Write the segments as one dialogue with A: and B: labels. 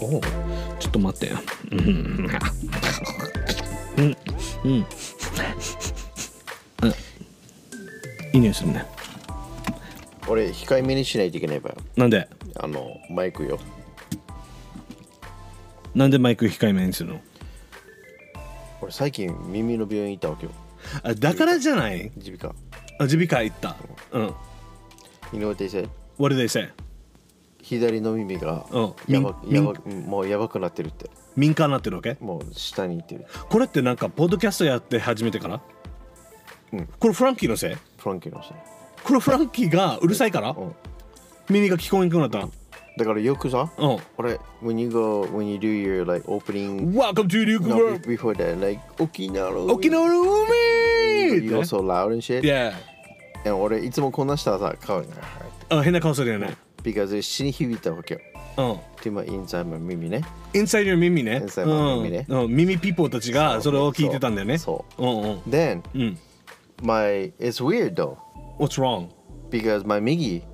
A: おちょっと待ってうんうんうんあいい匂いするね
B: 俺控えめにしないといけないばよ
A: なんで
B: あのマイクよ
A: なんでマイク控えめにするの
B: 俺最近耳の病院行ったわけよ
A: あだからじゃない
B: 耳鼻科
A: あ耳鼻科行ったうん
B: You know what they said?
A: What did they say?
B: 左の耳が
A: うん
B: やば
A: みん
B: やばもうやばくなってるって
A: 民間になってるわけ
B: もう下に行ってる
A: これってなんかポッドキャストやって始めてから、
B: うん
A: これフランキーのせい
B: フランキーの人
A: これフランキーがうるさいから、
B: うん
A: 耳が聞こえなくなったの
B: だからよくさ
A: うん
B: 俺 when you go when you do your like opening
A: Welcome to New
B: no,
A: World
B: before that like 沖縄の
A: 沖縄の海
B: you also loud and shit
A: Yeah
B: でも俺いつもこんなしたらさ顔がはい
A: あ変な顔するよね
B: because 死に響いたわけよ
A: うん
B: って今インザイム耳ね
A: Inside your 耳ね
B: Inside my 耳ね
A: うんうん、耳ピポたちがそれを聞いてたんだよね、
B: そう
A: んうん
B: then
A: うん
B: my it's weird though
A: What's wrong?
B: because my 右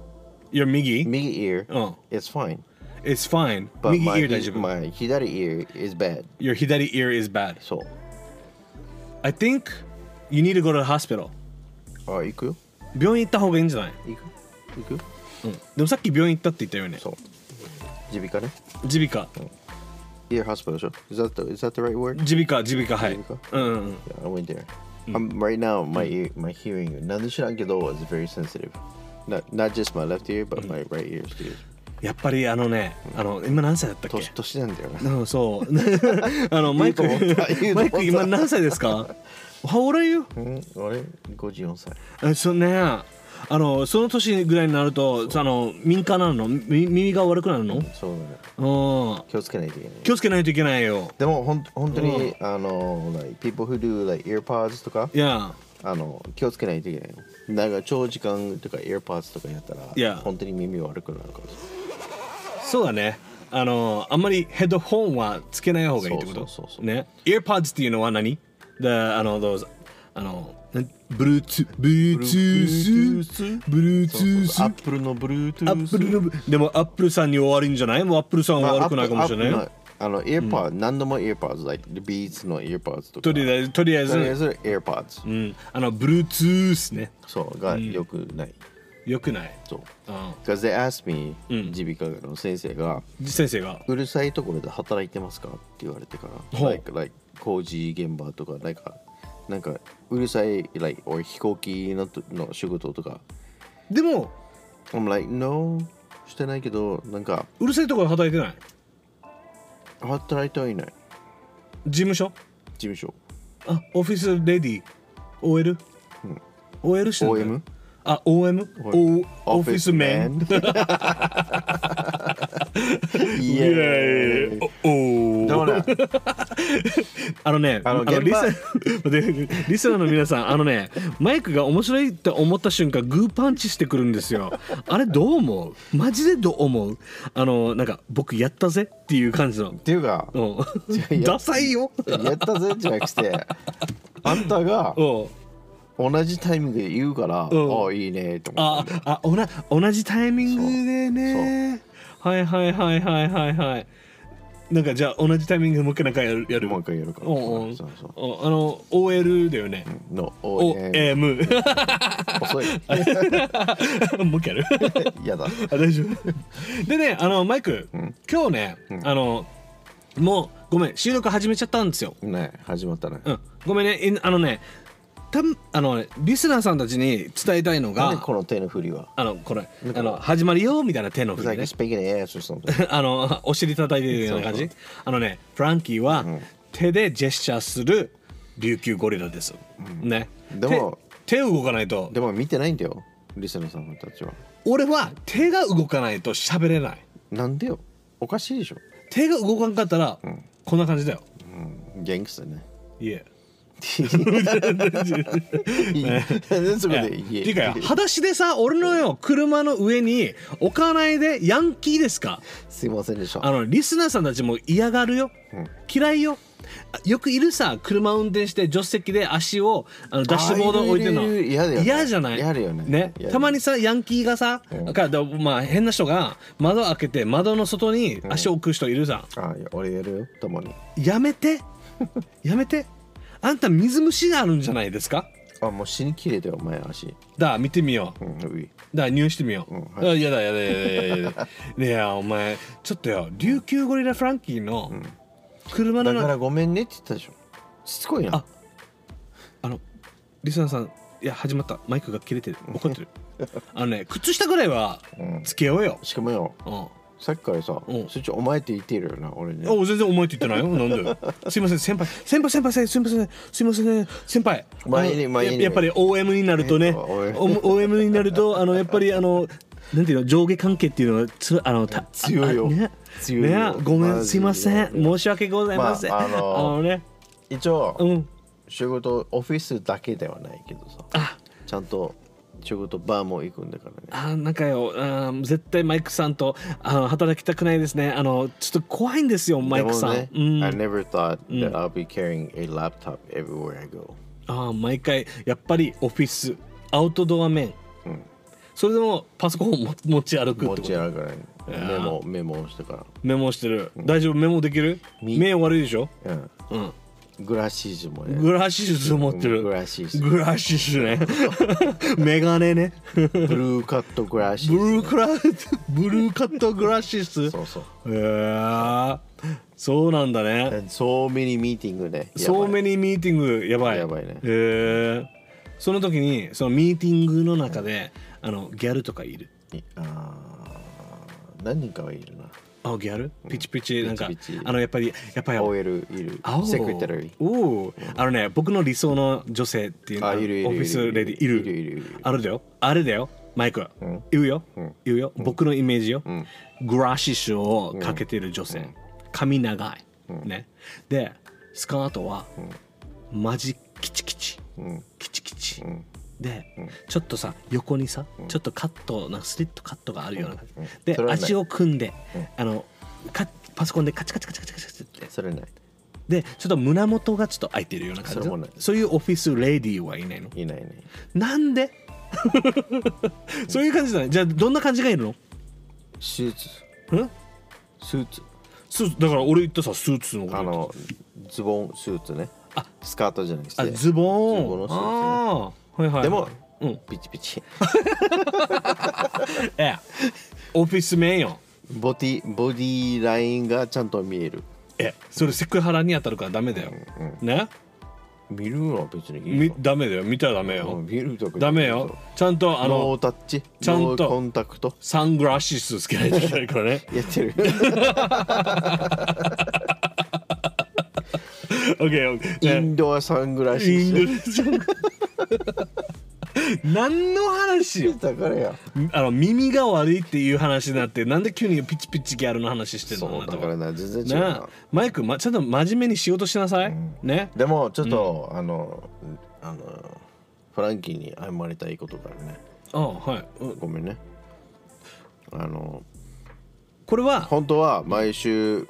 A: Your 右
B: 右 ear
A: うん
B: is fine
A: It's fine
B: 右
A: 右
B: my,
A: ear 大丈夫
B: my 左 ear is bad
A: Your 左 ear is bad
B: そう
A: I think you need to go to the hospital
B: あ行くよ
A: 病院行った方がいいんじゃない
B: 行く行く
A: うん、でもさっき病院行ったって言ったよね
B: そう耳鼻科ね
A: 耳鼻科
B: ear hospital でしょ is that the, is that the right word?
A: 耳鼻科耳鼻科はい
B: 耳鼻
A: うんうんうん
B: Yeah, I went there. I'm right now. My ear, my hearing, なんで知らんけど is very sensitive. Not not just my left ear, but my right ear too.
A: やっぱりあのねあの今何歳だったっ
B: 年
A: け
B: 年なんだよな。
A: うん そうあのマイク
B: いいと思ったいいと思った
A: マイク今何歳ですか How old are you?
B: うん、俺五十四歳。
A: あそうねあのその年ぐらいになるとあの民間なるのみ耳が悪くなるの
B: そうだね。
A: うん
B: 気をつけないといけない。
A: 気をつけないといけないよ
B: でもほん本当に、あの like people who do like earpods とか
A: いや
B: あの気をつけないといけないよ。なんか長時間とか earpods とかやったら、
A: Yeah.
B: 本当に耳悪くなるから。
A: そうだねあのあんまりヘッドホンはつけない方がいいってこと
B: そうそうそうそう
A: ね EarPods っていうのは何 The あの those あのなんブルーツブルーツース
B: Bluetooth
A: ブルーツ
B: そう
A: ー
B: そう
A: ス
B: そう。アップルの Bluetooth。
A: アップルのでもアップルさんに終わりんじゃないもうアップルさんは悪くないかもしれ
B: ま
A: な
B: あ
A: い。
B: アップルのあの、AirPods、何度も AirPods、like the Beats の AirPods とか。
A: とりあえずとりあえ
B: とりあ
A: ず、
B: えず AirPods、
A: うん、あの Bluetooth ね
B: そうが良くない。
A: よくない。
B: そう。
A: うん、
B: Because they asked me、耳鼻科の先生が、
A: 先生が
B: うるさいところで働いてますかって言われてから、
A: ほう
B: like, like 工事現場とか、なんか、なんかうるさい、like, or 飛行機のとの仕事とか。
A: でも
B: I'm like, no、してないけど、なんか、
A: うるさいところで働いてない
B: 働いてはいない。
A: 事務所
B: 事務所。
A: あオフィスレディ OL?OL、OL してんだよ
B: OM
A: あ OM?
B: オ
A: O オフィスメン。
B: イ
A: イ
B: エーイ
A: エーイおお
B: でもね、
A: あのね
B: あ
A: あ
B: の
A: の
B: 現
A: リス
B: 場
A: ナー でリスナーの皆さんあのねマイクが面白いって思った瞬間グーパンチしてくるんですよあれどう思うマジでどう思うあのなんか僕やったぜっていう感じの
B: っていうか、
A: う
B: い
A: ん
B: や
A: ダサいよ
B: やったぜじゃなくて、あんたが
A: おう
B: 同じタイミングで言うから、
A: ん
B: あいいねと思っ
A: ああおな同じタイミングでねはいはいはいはいはいはいなんかじゃあ同じタイミングでもう一回なんかやるや
B: て、
A: る
B: もう一回やるから。
A: おうおう
B: そうそう。
A: おあの OL だよね
B: の、おえ
A: OM
B: 遅い。
A: もう一回やる
B: やだ。
A: あ大丈夫でねあのマイク、今日ね、あのもうごめん収録始めちゃったんですよ
B: ね、始まったね。
A: うんごめんねいあのねたんあのリスナーさんたちに伝えたいの
B: なんで
A: が
B: この手の振りは。
A: あのこれあの始まるよみたいな手の
B: It's
A: 振り
B: like
A: ね
B: speaking ass or something.
A: あのお尻叩いてるような感じあのねフランキーは手でジェスチャーする琉球ゴリラです、ね
B: でも
A: 手手動かないと
B: でも見てないんだよ、リスナーさんたちは。
A: 俺は手が動かないと喋れない
B: なんでよ。おかしいでしょ。
A: 手が動かんかったら、こんな感じだよ
B: うん、ギャングスだ ね。
A: いえ
B: なんでそこ
A: いや
B: で
A: て
B: 言え
A: いうかよ裸足でさ俺のよ車の上に置かないでヤンキーですか
B: すいませんでした
A: あのリスナーさんたちも嫌がるよ、嫌いよあよくいるさ車運転して助手席で足をあのダッシュボード置いてる
B: あ
A: の
B: いるいるいる嫌だよね
A: 嫌じゃない
B: 嫌だよね嫌だよ
A: たまにさヤンキーがさ、かだまあ、変な人が窓開けて窓の外に足を置く人いるさ、
B: あいや俺やるよたまに
A: やめ てやめてあんた水虫があるんじゃないですか
B: あもう死にきれてお前足
A: だ見てみよう
B: うんうい
A: だから入院してみよう、
B: うん
A: いや、やだやだやだやだやだねえお前ちょっとよ琉球ゴリラフランキーの車の
B: だ
A: 中、
B: からごめんねって言ったでしょしつこいな
A: ああのリスナーさんいや始まったマイクが切れてる怒ってるあのね靴下ぐらいは
B: うん
A: つけようよ、
B: しかもよ
A: うん
B: さっきからさ
A: うん
B: そっちお前って言ってるよな俺に
A: お全然お前って言ってないよなんだよすいません先輩先輩先輩すいませんすいません先輩
B: まあいいね
A: あの
B: まあいいね
A: ややっぱり OM になるとね
B: おい
A: O- OM になるとあのやっぱりあのなんていうの上下関係っていうのはつあのた
B: 強いよ
A: あね
B: 強いよ
A: ねごめ
B: マ
A: ん
B: ジ
A: すいません申し訳ございません、
B: まああのー
A: ね
B: 一応
A: うん
B: 仕事オフィスだけではないけどさ
A: あ
B: ちゃんと仕事バーも行くんだからね
A: あーなんかよあー絶対マイクさんとあー働きたくないですねあのちょっと怖いんですよマイクさん、
B: でもね
A: うん、
B: I
A: あ
B: never thought that I'll be carrying a laptop everywhere I go
A: ー毎回やっぱりオフィスアウトドア面、
B: ん
A: それでもパソコンを持持ち歩くっ
B: 持
A: てこ
B: ち
A: と
B: 歩かないメモメモをしてか
A: メモしてる、大丈夫メモできる
B: み
A: 目悪いでしょ、
B: ら、うん、
A: うん、
B: グラシージュもね
A: グラシス持ってる
B: グラシス
A: グラシスね メガネね
B: ブルーカットグラシ
A: ブ
B: ー
A: ルークラブルーカットグラシス
B: ジそうそう
A: へえそうなんだね
B: And so many meeting ねやば
A: So
B: い
A: many meeting やばい。
B: やばいね
A: へえその時にそのミーティングの中であのギャルとかいる。
B: あー何人かはいるな
A: あギャル？ピチピチなんか
B: ピチピチ
A: あのやっぱりやっぱり。
B: OL いる
A: 青
B: セクレタリー
A: おーあのね僕の理想の女性っていうの
B: あいるいる
A: オフィスレディいる
B: いるいるいるいる
A: あるだよあれだよマイク、言うよ、言うよ僕のイメージよ、グラシッシュをかけてる女性、髪長い、ねでスカートは、マジキチキチ、キチキチ、で、ちょっとさ横にさ、ちょっとカットなんかスリットカットがあるような感じ、で
B: それはない
A: 足を組んで、あのかパソコンでカチカチカチカチカチカチって
B: それない
A: でちょっと胸元がちょっと開いてるような感
B: そ
A: じ
B: れも
A: そ
B: ね
A: そういうオフィスレディーはいないの
B: いないね
A: なんで そういう感じじゃないじゃあどんな感じがいるの
B: スーツ
A: ん
B: スーツ
A: スーツだから俺言ったさスーツのこと
B: あ
A: 言った
B: のズボンスーツね
A: あ
B: スカートじゃなくて
A: あズボン
B: ズボンのス
A: あーはいはい
B: でも、
A: うん
B: ピチピチ
A: ええオフィスメンよ
B: ボディボディラインがちゃんと見える
A: えそれセクハラに当たるからダメだよ、ね
B: 見るのは別にいい
A: み
B: よ
A: ダメだよ見たらダメよ、
B: うん見るとか
A: ダメよちゃんとあ
B: あのノー
A: の
B: タッチ
A: ちゃんと
B: ノーコンタクト
A: サングラシスつけないといけないから ね
B: やって る
A: OK
B: インドアサングラシ
A: インド
B: ー
A: ネシア 何の話よ
B: だからや
A: あの耳が悪いっていう話になってなんで急にピチピチギャルの話してるの
B: そう
A: あな
B: だ
A: た
B: から
A: は
B: な全然違う
A: なあ
B: な
A: マイク、ま、ちゃんと真面目に仕事しなさい、ね
B: でもちょっと、あのあのフランキーに謝りたいことがあるね
A: あはいうん
B: ごめんねあの
A: これは
B: 本当は毎週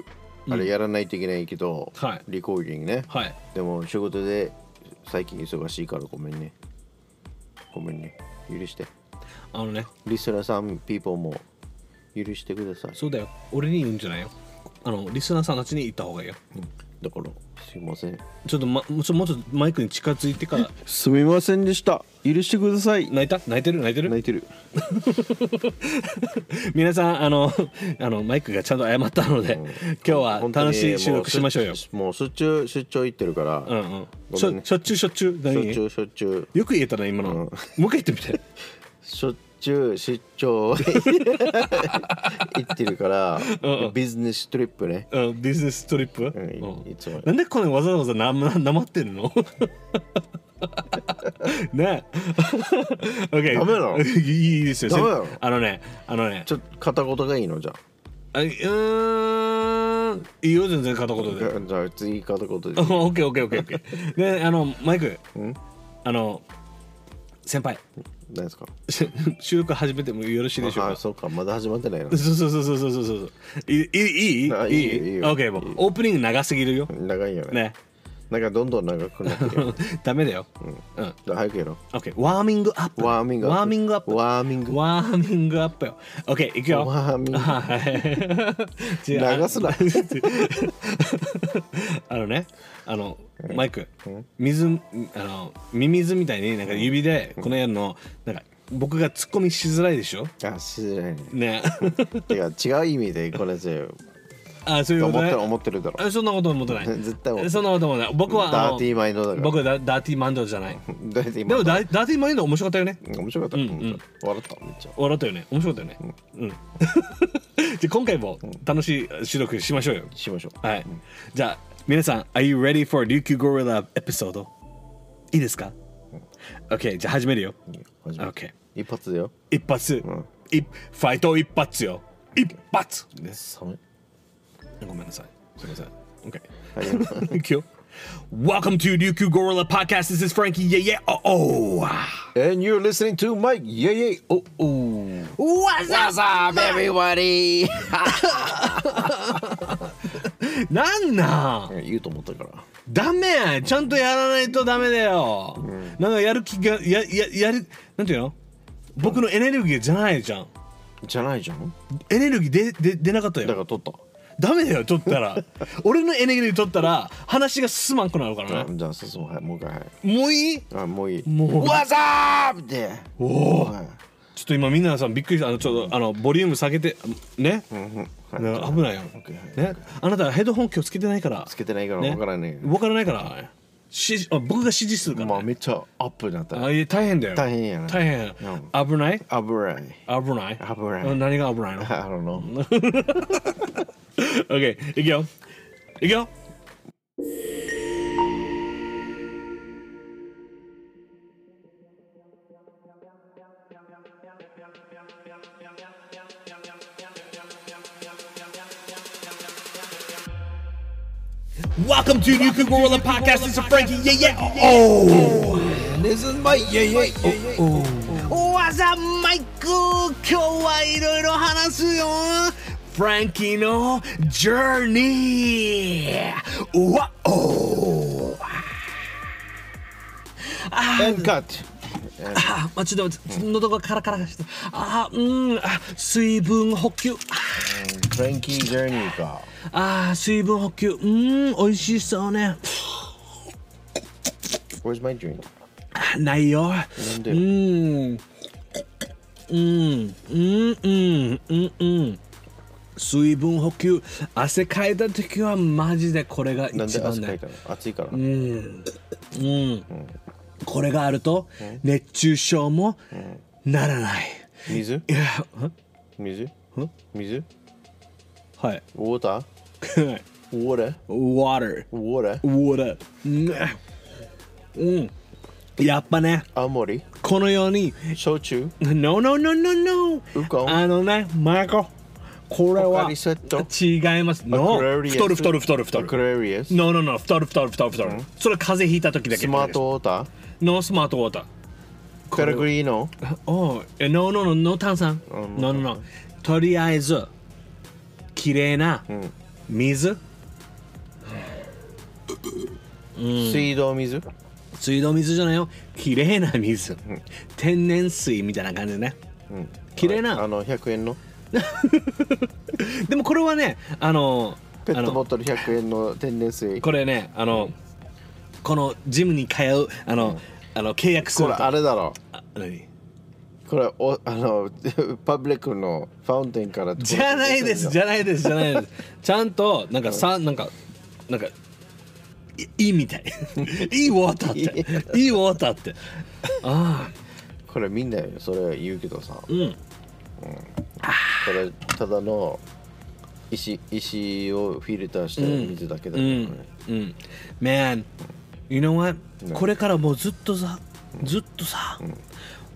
B: あれやらないといけないけど、
A: はい
B: リコーディングね、
A: はい
B: でも仕事で最近忙しいからごめんねごめんね許して
A: あのね
B: リスナーさん people も許してください
A: そうだよ俺に言うんじゃないよあのリスナーさんたちに言った方がいいよ
B: だからすいません
A: ちょっと、ま、もうちょもうちょっとマイクに近づいて から
B: すみませんでした許してください
A: 泣いた泣いてる泣いてる
B: 泣いてる
A: 皆さんあのあのマイクがちゃんと謝ったので、今日は
B: 本当に
A: 楽しい収録しましょうよ
B: も。しもうしょっちゅう出張行ってるから、
A: うんうん。し
B: ごめん
A: ょ
B: ね
A: しょっちゅうしょっちゅう
B: しょっ
A: 何
B: ちゅうしょっちゅう
A: よく言えたな今の。もう一回言ってみて。
B: しょっちゅう出張行ってるからビジネストリップね
A: うんビジネストリップ。
B: ん
A: うん
B: いつも
A: なんでこれわざわざなななまってるの？ ね。OK。
B: ダメなの
A: いいですよ。
B: ダメなの
A: あのねあのね。
B: ちょっと片言がいいのじゃあ
A: あうーんいいよ全然片言 で。
B: じゃあ次片言で
A: オッケーオッケーオッケーオッケー。ねあのマイク。あの先輩
B: 何ですか
A: 収録始めてもよろしいでしょう
B: あ
A: か
B: そうかまだ始まってないの
A: そうそうそうそうそうそうそういいいいいい
B: あいいよいいよ
A: OK もうオープニング長すぎるよ
B: 長いよね
A: ね
B: なんかどんどん長くなって るよ
A: ダメだようん、
B: 早くやろ
A: OK ワーミングアップ
B: ワーミングアッ
A: ワ
B: プ
A: ーミングアップ
B: ワーミング
A: ワーミングアップよ OK いくよ
B: ワーミング
A: はい。違う
B: 流すな。
A: あのね、あのマイク、水あのミミズみたいになんか指でこのやるのなんか僕が突っ込みしづらいでしょ。
B: あしづらいね
A: ね。
B: てか違う意味でこれじゃ
A: あ、そういうこ
B: 思
A: と
B: っ
A: ね
B: てる。思ってるだろ
A: あそんなこと思ってない。
B: 絶対思ってる
A: そんなこと思ってない。僕はあの
B: ダーティーマインドだから
A: 僕はダダーティーマンドじゃない。
B: だって
A: で
B: 今
A: もダダーティーマンド面白かったよね。
B: 面白かった
A: うん
B: 面白かった笑っためっちゃ
A: 笑ったよね。面白かったよね。うん。 じゃあ今回も楽しい収録しましょうよ。
B: しましょう
A: はい。じゃあ、皆さん、Are you ready for 琉球ゴリラエピソードいいですか、?OK、じゃあ始めるよ。
B: 始める
A: OK。
B: 一発だよ
A: 一発、
B: ん
A: いファイト一発よ。一発、ね、
B: 寒い
A: ごめんなさい。すみません。OK。
B: はい
A: Thank you. Welcome to Ryukyu Gorilla Podcast. This is Frankie. Yeah, yeah. Oh, oh.
B: And you're listening to Mike Yay Yay Oh Oh
A: What's up,
B: everybody
A: なんなん
B: 言うと思ったから
A: ダメちゃんとやらないとダメだよ、なんかやる気がやややるなんていうの僕のエネルギーじゃないじゃん
B: じゃないじゃん
A: エネルギー出出出なかった
B: だか
A: よ
B: ら取った
A: ダメだよ取ったら俺のエネルギー取ったら話が進まんくなるから
B: あ
A: ね
B: じゃあ進もうはいもう一回はい
A: もういい
B: あもういい
A: もう
B: What's up でおおはい
A: ちょっと今みんなさんびっくりしたあのちょっとあのボリューム下げてね、
B: はい
A: ね危ないよ、
B: OK
A: ね、あなたヘッドホン今日つけてないから
B: つけてないからわからない
A: ね、わからないからしあ僕が指示するから、ね
B: まあめっちゃアップになった
A: あ
B: ね
A: いや大変だよ
B: 大変やな
A: 大変
B: う
A: 危ない
B: 危ない
A: 危ない
B: 危ない
A: うん何が危ないの
B: I don't know
A: ?OK いくよいくよ Oh. わざマイク今日はいろいろ話すよフランキーのジョーニーうわお
B: エンカット
A: ああちょっと待って喉がカラカラしてあうんあ水分補給
B: フランキー・ジャーニーか
A: ああ水分補給うん美味しそうね
B: Where's my drink?
A: あないよ
B: なん
A: う
B: で
A: んうんうんうんうんうん水分補給汗かいた時はマジでこれが
B: なん
A: 一
B: で
A: 番
B: 汗か
A: だ
B: い
A: よ
B: たの暑いから
A: うんこれがあると熱中症もならない
B: 水
A: いや
B: 水水
A: はい
B: ウォーターウォーター
A: Water
B: ウォータ
A: Water うんうんやっぱね
B: ー青森
A: このように
B: 焼酎
A: No, no, no, no, no.
B: ウコン
A: あのね、マイコ、これ
B: ポ
A: は
B: カリスエッ
A: 違います。No.
B: アクアリウス
A: 太る太る太る太
B: アク
A: る。
B: レリアス
A: No, no, no. 太る太る太る太る。それ風邪ひいた時だけ。
B: スマー。トウォーター
A: No スマートウォーター。
B: ペレグリーノ
A: おう、え No, no, no, no 炭酸。No, no, no. とりあえず、綺麗な水、
B: 水道水
A: 水道水じゃないよ。綺麗な水。天然水みたいな感じでね。綺麗
B: あ
A: な。
B: の100円の
A: でもこれはね、あの、
B: ペッ
A: あ
B: ト
A: の
B: ボトル100円の天然水こ
A: これねあの、このジムに通うあの、あの契約する
B: れ
A: と
B: あれだろ
A: あ何
B: これおあの パブリックのファウンテンから
A: じゃないですじゃないですじゃないですちゃんとなんかさなんかなんかいいいみた いいいウォーターっていいウォーターってあ
B: これみんなそれ言うけどさ
A: あうん
B: これただの石石をフィルターした水だけだ
A: う
B: よね
A: んうん Man you know what これからもうずっとさずっとさ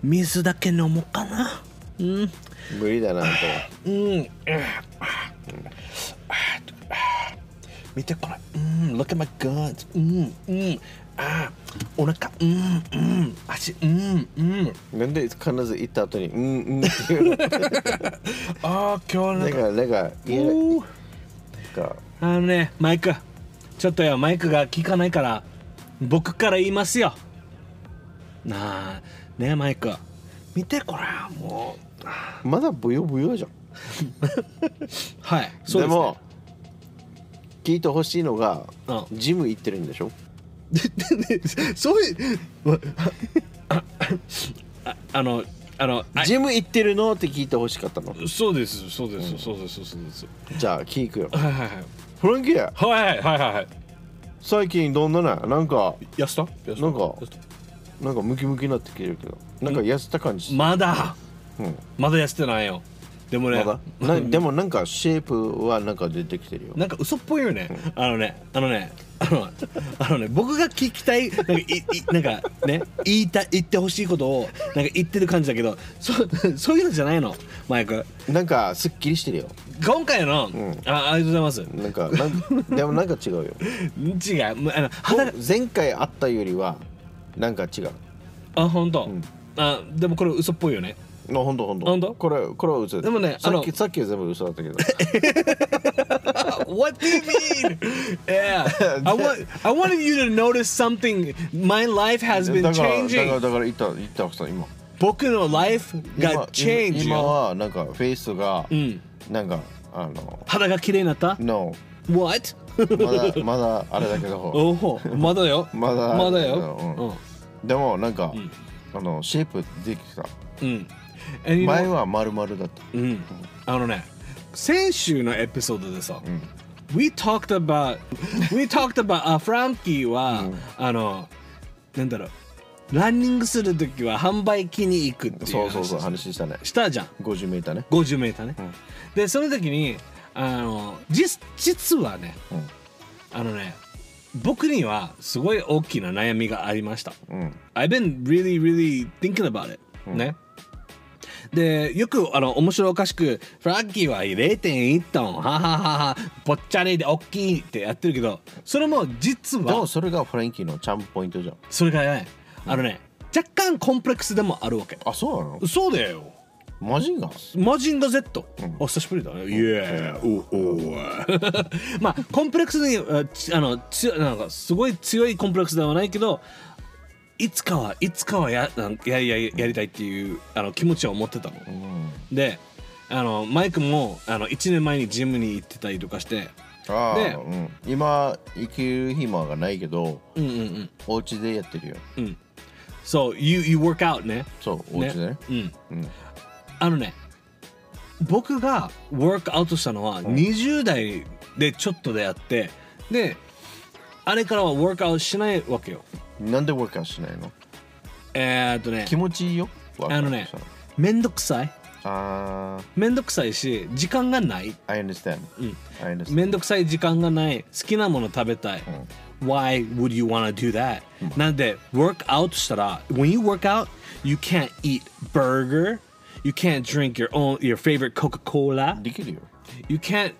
A: 水だけ飲もうかなうん
B: 無理だな
A: う
B: と
A: ん。
B: 見てこれうん look at my guns うんうんあーお腹うんうん足うんうんなんで必ず行った後にうんうんっていうの
A: ああ今
B: なんかなんか言えない
A: おー
B: なんか
A: あのねマイクちょっとよマイクが聞かないから僕から言いますよなあねえマイク見てこれもう
B: まだブヨブヨじゃん
A: はい
B: で
A: そうです、ね、
B: も聞いてほしいのが
A: うん
B: ジム行ってるんでしょ
A: そういうああのあのあ
B: ジム行ってるのって聞いてほしかったの
A: そうですそうですそうですそうです
B: じゃあ聞くよ
A: はいはいはい
B: フランキー
A: はいはいはいはい
B: 最近どんなななんか
A: やしたやした
B: なんか
A: やした
B: なんかムキムキになってきてるけどなんか痩せた感じ
A: まだ
B: うん
A: まだ痩せてないよでもね
B: まだなでもなんかシェイプはなんか出てきてるよ
A: なんか嘘っぽいよね。あのね、あのね、あの、あのね、僕が聞きたい、なんか、い、いなんか、ね、言いたい、言ってほしいことを、なんか言ってる感じだけど。そう、そういうのじゃないの、マイク。
B: なんかすっきりしてるよ
A: 今回の、
B: ん
A: あ、ありがとうございま
B: なんかなん でもなんか違うよ
A: す。違う、もうあの、肌が、
B: 前回あったよりはなんか違う
A: あ、本当、
B: ん
A: あ、でも、これ嘘っぽいよ ね。
B: あほんとほんと
A: ほんと
B: これこれは嘘
A: でもね
B: さ
A: あ
B: っ
A: の
B: きさっきは全部嘘だった けど
A: What do you mean? yeah, I want, I wanted you to notice something. My life has
B: だ
A: been
B: からだから
A: changing.
B: だから言った言ったさ今
A: 僕の life
B: 今
A: が change.
B: 今
A: よ
B: はなんかフェイスが、
A: ん
B: なんかあの
A: 肌が綺麗になった
B: No
A: What?
B: まだ まだあれだけど
A: おお、まだよ。
B: まだ
A: まだよ。
B: でもなんか、
A: ん
B: あのシェイプできてた
A: うん。うん。And you know-
B: 前は丸々だった
A: うん。あのね、先週のエピソードでさ、
B: ん
A: We talked about We talked about あフランキーは、あのなんだろう、ランニングするときは販売機に行くってい
B: そううそうそう
A: 話
B: 話したね
A: したじゃん。
B: 50メーターね
A: 50メーターね、でその時にあの実実はね、
B: うん
A: あのね僕にはすごい大きな悩みがありました、
B: うん
A: I've been really really thinking about it、ねでよくあの面白おかしくフラッキーは0.1トンははははぼっちゃりで大きいってやってるけどそれも実
B: でも
A: は
B: それがフランキーのチャンプポイントじゃん
A: それがねあのね若干コンプレックスでもあるわけ
B: あそうなの
A: そうだよ
B: マジか
A: マジンガ Z、お久しぶりだねイエーおおまあコンプレックスにあちあのつなんかすごい強いコンプレックスではないけどいつかはいつかはやなんややややりたいっていうあの気持ちは持ってたの、
B: うん
A: であのマイクもあの1年前にジムに行ってたりとかして
B: あ
A: ね
B: あ、うん、今行ける暇がないけど
A: うんうんうん
B: お家でやってるよ
A: うん So you, you work out ね
B: そうお家でね
A: うん
B: うん
A: あのね僕がワークアウトしたのは20代でちょっとであってであれからはワークアウトしないわけよ
B: なんでワークアウトしないの
A: えー、っとね
B: 気持ちいいよワー
A: あ
B: クア
A: の
B: ウト
A: ね
B: したら
A: めんどくさい
B: あ
A: めんどくさいし時間がない
B: あ I understand、
A: ん
B: I understand
A: めんどくさい時間がない好きなもの食べたい、Why would you wanna do that?、なんで work out したら When you work out you can't eat burger You can't drink your own your favorite Coca-Cola
B: できるよ
A: you can't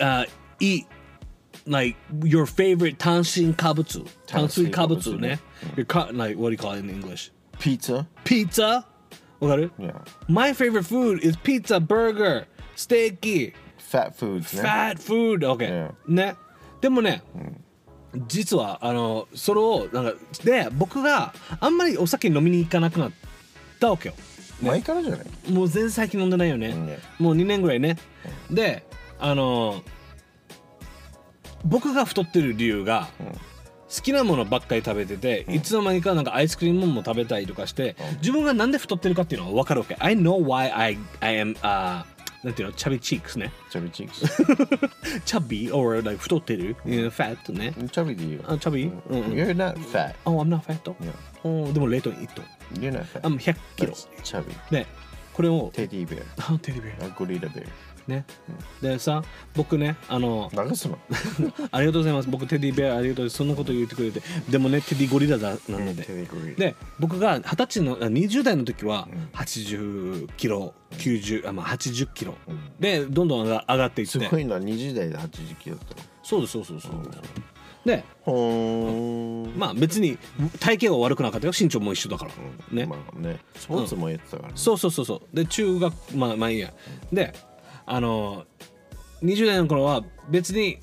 A: uh, eat like your favorite 炭水化物炭水化物ね、your cut like what do you call it in English
B: ピッツァ
A: pizza わかる、
B: Yeah
A: my favorite food is pizza burger ステーキ
B: fat foods ね
A: fat food OK、
B: Yeah
A: ねでもね、実はあのそれをなんかで僕があんまりお酒飲みに行かなくなったわけよ
B: 前からじゃない
A: もう全然最近飲んでないよね、
B: ん
A: もう2年ぐらいね、であのー僕が太ってる理由が、好きなものばっかり食べてて、いつの間にかなんかアイスクリームも食べたりとかして、自分がなんで太ってるかっていうのは分かるわけ I know why I, I am、uh, なんていうのチャビチークスね
B: チャビチ ークス
A: チャビ or like 太ってる、ファットね
B: チャビでいいよ
A: あチャビうんうん
B: You're not fat
A: Oh I'm not fat、
B: Yeah
A: おーでも0.1トン
B: You're not fat
A: あ100キロ
B: That's chubby
A: でこれを
B: テディベ
A: あテレビ
B: アゴリラベ
A: ね、でさ僕ねあ の
B: ア流すの
A: ありがとうございます僕テディベアありがとうございますそんなこと言ってくれてでもねテディゴリラだなので、
B: テディゴリラ
A: で僕が二十歳のあ20代の時は80キロ90あまあ80キロ、でどんどん上が上がっていって
B: すごいな20代で80キロだったの
A: そうですそうですそうですで
B: ほーん
A: まあ別に体型は悪くなかったよ身長も一緒だからね、
B: まあねスポーツもやってたからね
A: そうそうそうそうで中学まあまあいいやであの20代の頃は別に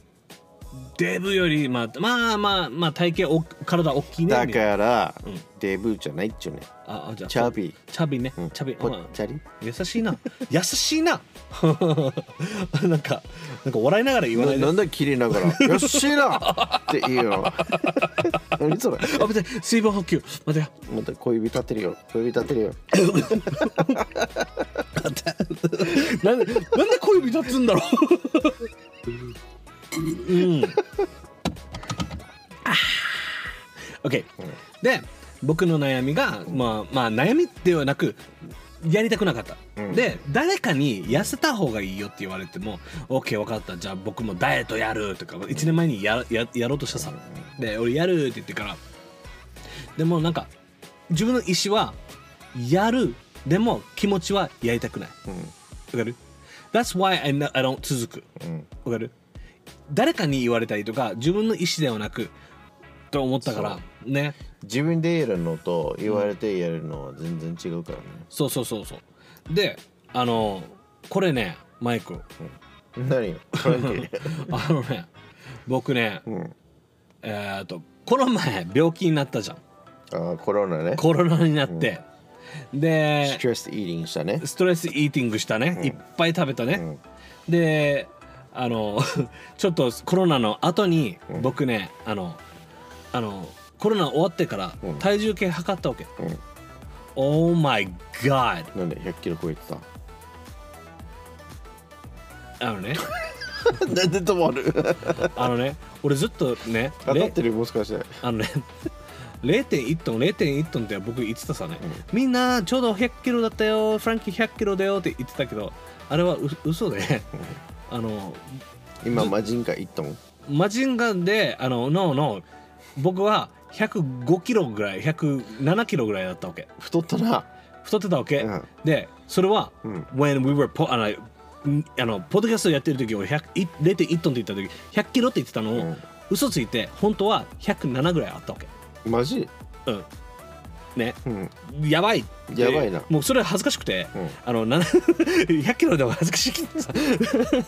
A: デブよりまあまあまあまあ体型お体大きいね
B: だから
A: うん
B: デブじゃないっちゅうね
A: ああじゃあ
B: チャビ
A: チャビね、
B: うん
A: チャビ、
B: ぽ
A: う
B: っ
A: ん
B: ちゃり
A: 優しいな 優しいな なんかなんか笑いながら言わないで
B: なんだ切り ながら「よっしゃな!」って言うよ 何それ
A: あ待って水分補給待てよ
B: また小指立てるよ小指立てるよ
A: なんでなんで小指立つんだろううんあー OK で僕の悩みがまあまあ悩みではなくやりたくなかった、
B: うん
A: で誰かに痩せた方がいいよって言われても OK 分かったじゃあ僕もダイエットやるとか1年前にやややろうとしたさで俺やるって言ってからでもなんか自分の意思はやるでも気持ちはやりたくない
B: うん
A: わかる That's why I, no- I don't 続く。
B: うん
A: わかる誰かに言われたりとか、自分の意思ではなく、と思ったから、ね。
B: 自分でやるのと言われてやるのは全然違うからね
A: そうそうそうそう。で、あの、これね、マイ ク。
B: 何よトランキ ー
A: あのね、僕ね、
B: うん
A: えーっと、この前、病気になったじゃん。
B: ああコロナね
A: コロナになって。で
B: ス、トレスイーディングしたね
A: ストレスイーティングしたね。いっぱい食べたね。
B: うん
A: であの ちょっとコロナの後に僕ね、あのあのコロナ終わってから
B: うん
A: 体重計測ったわけ、
B: うん
A: Oh my god
B: なんで100キロ超えてた
A: あ のね
B: なんで止まる
A: あの ね俺ずっとね
B: 当たっ
A: れ
B: てるもしかして
A: あのね0.1トン0.1トンって僕言ってたさね、みんなちょうど100キロだったよフランキー100キロだよって言ってたけどあれはう嘘であの
B: 今マジンガ1トン
A: マジンガンであののの僕は105キロぐらい107キロぐらいだったわけ
B: 太ったな
A: 太ってたわけ、
B: うん
A: でそれは、
B: うん
A: when we were po- あのんあのポッドキャストやってる時俺100い0.1トンって言った時100キロって言ってたのを、
B: うん
A: 嘘ついて本当は107ぐらいあったわけ
B: マジ
A: うんね
B: うん
A: やばいって
B: やばいな
A: もうそれ恥ずかしくて、
B: うん
A: あの な100キロでも恥ずかし いけどさだ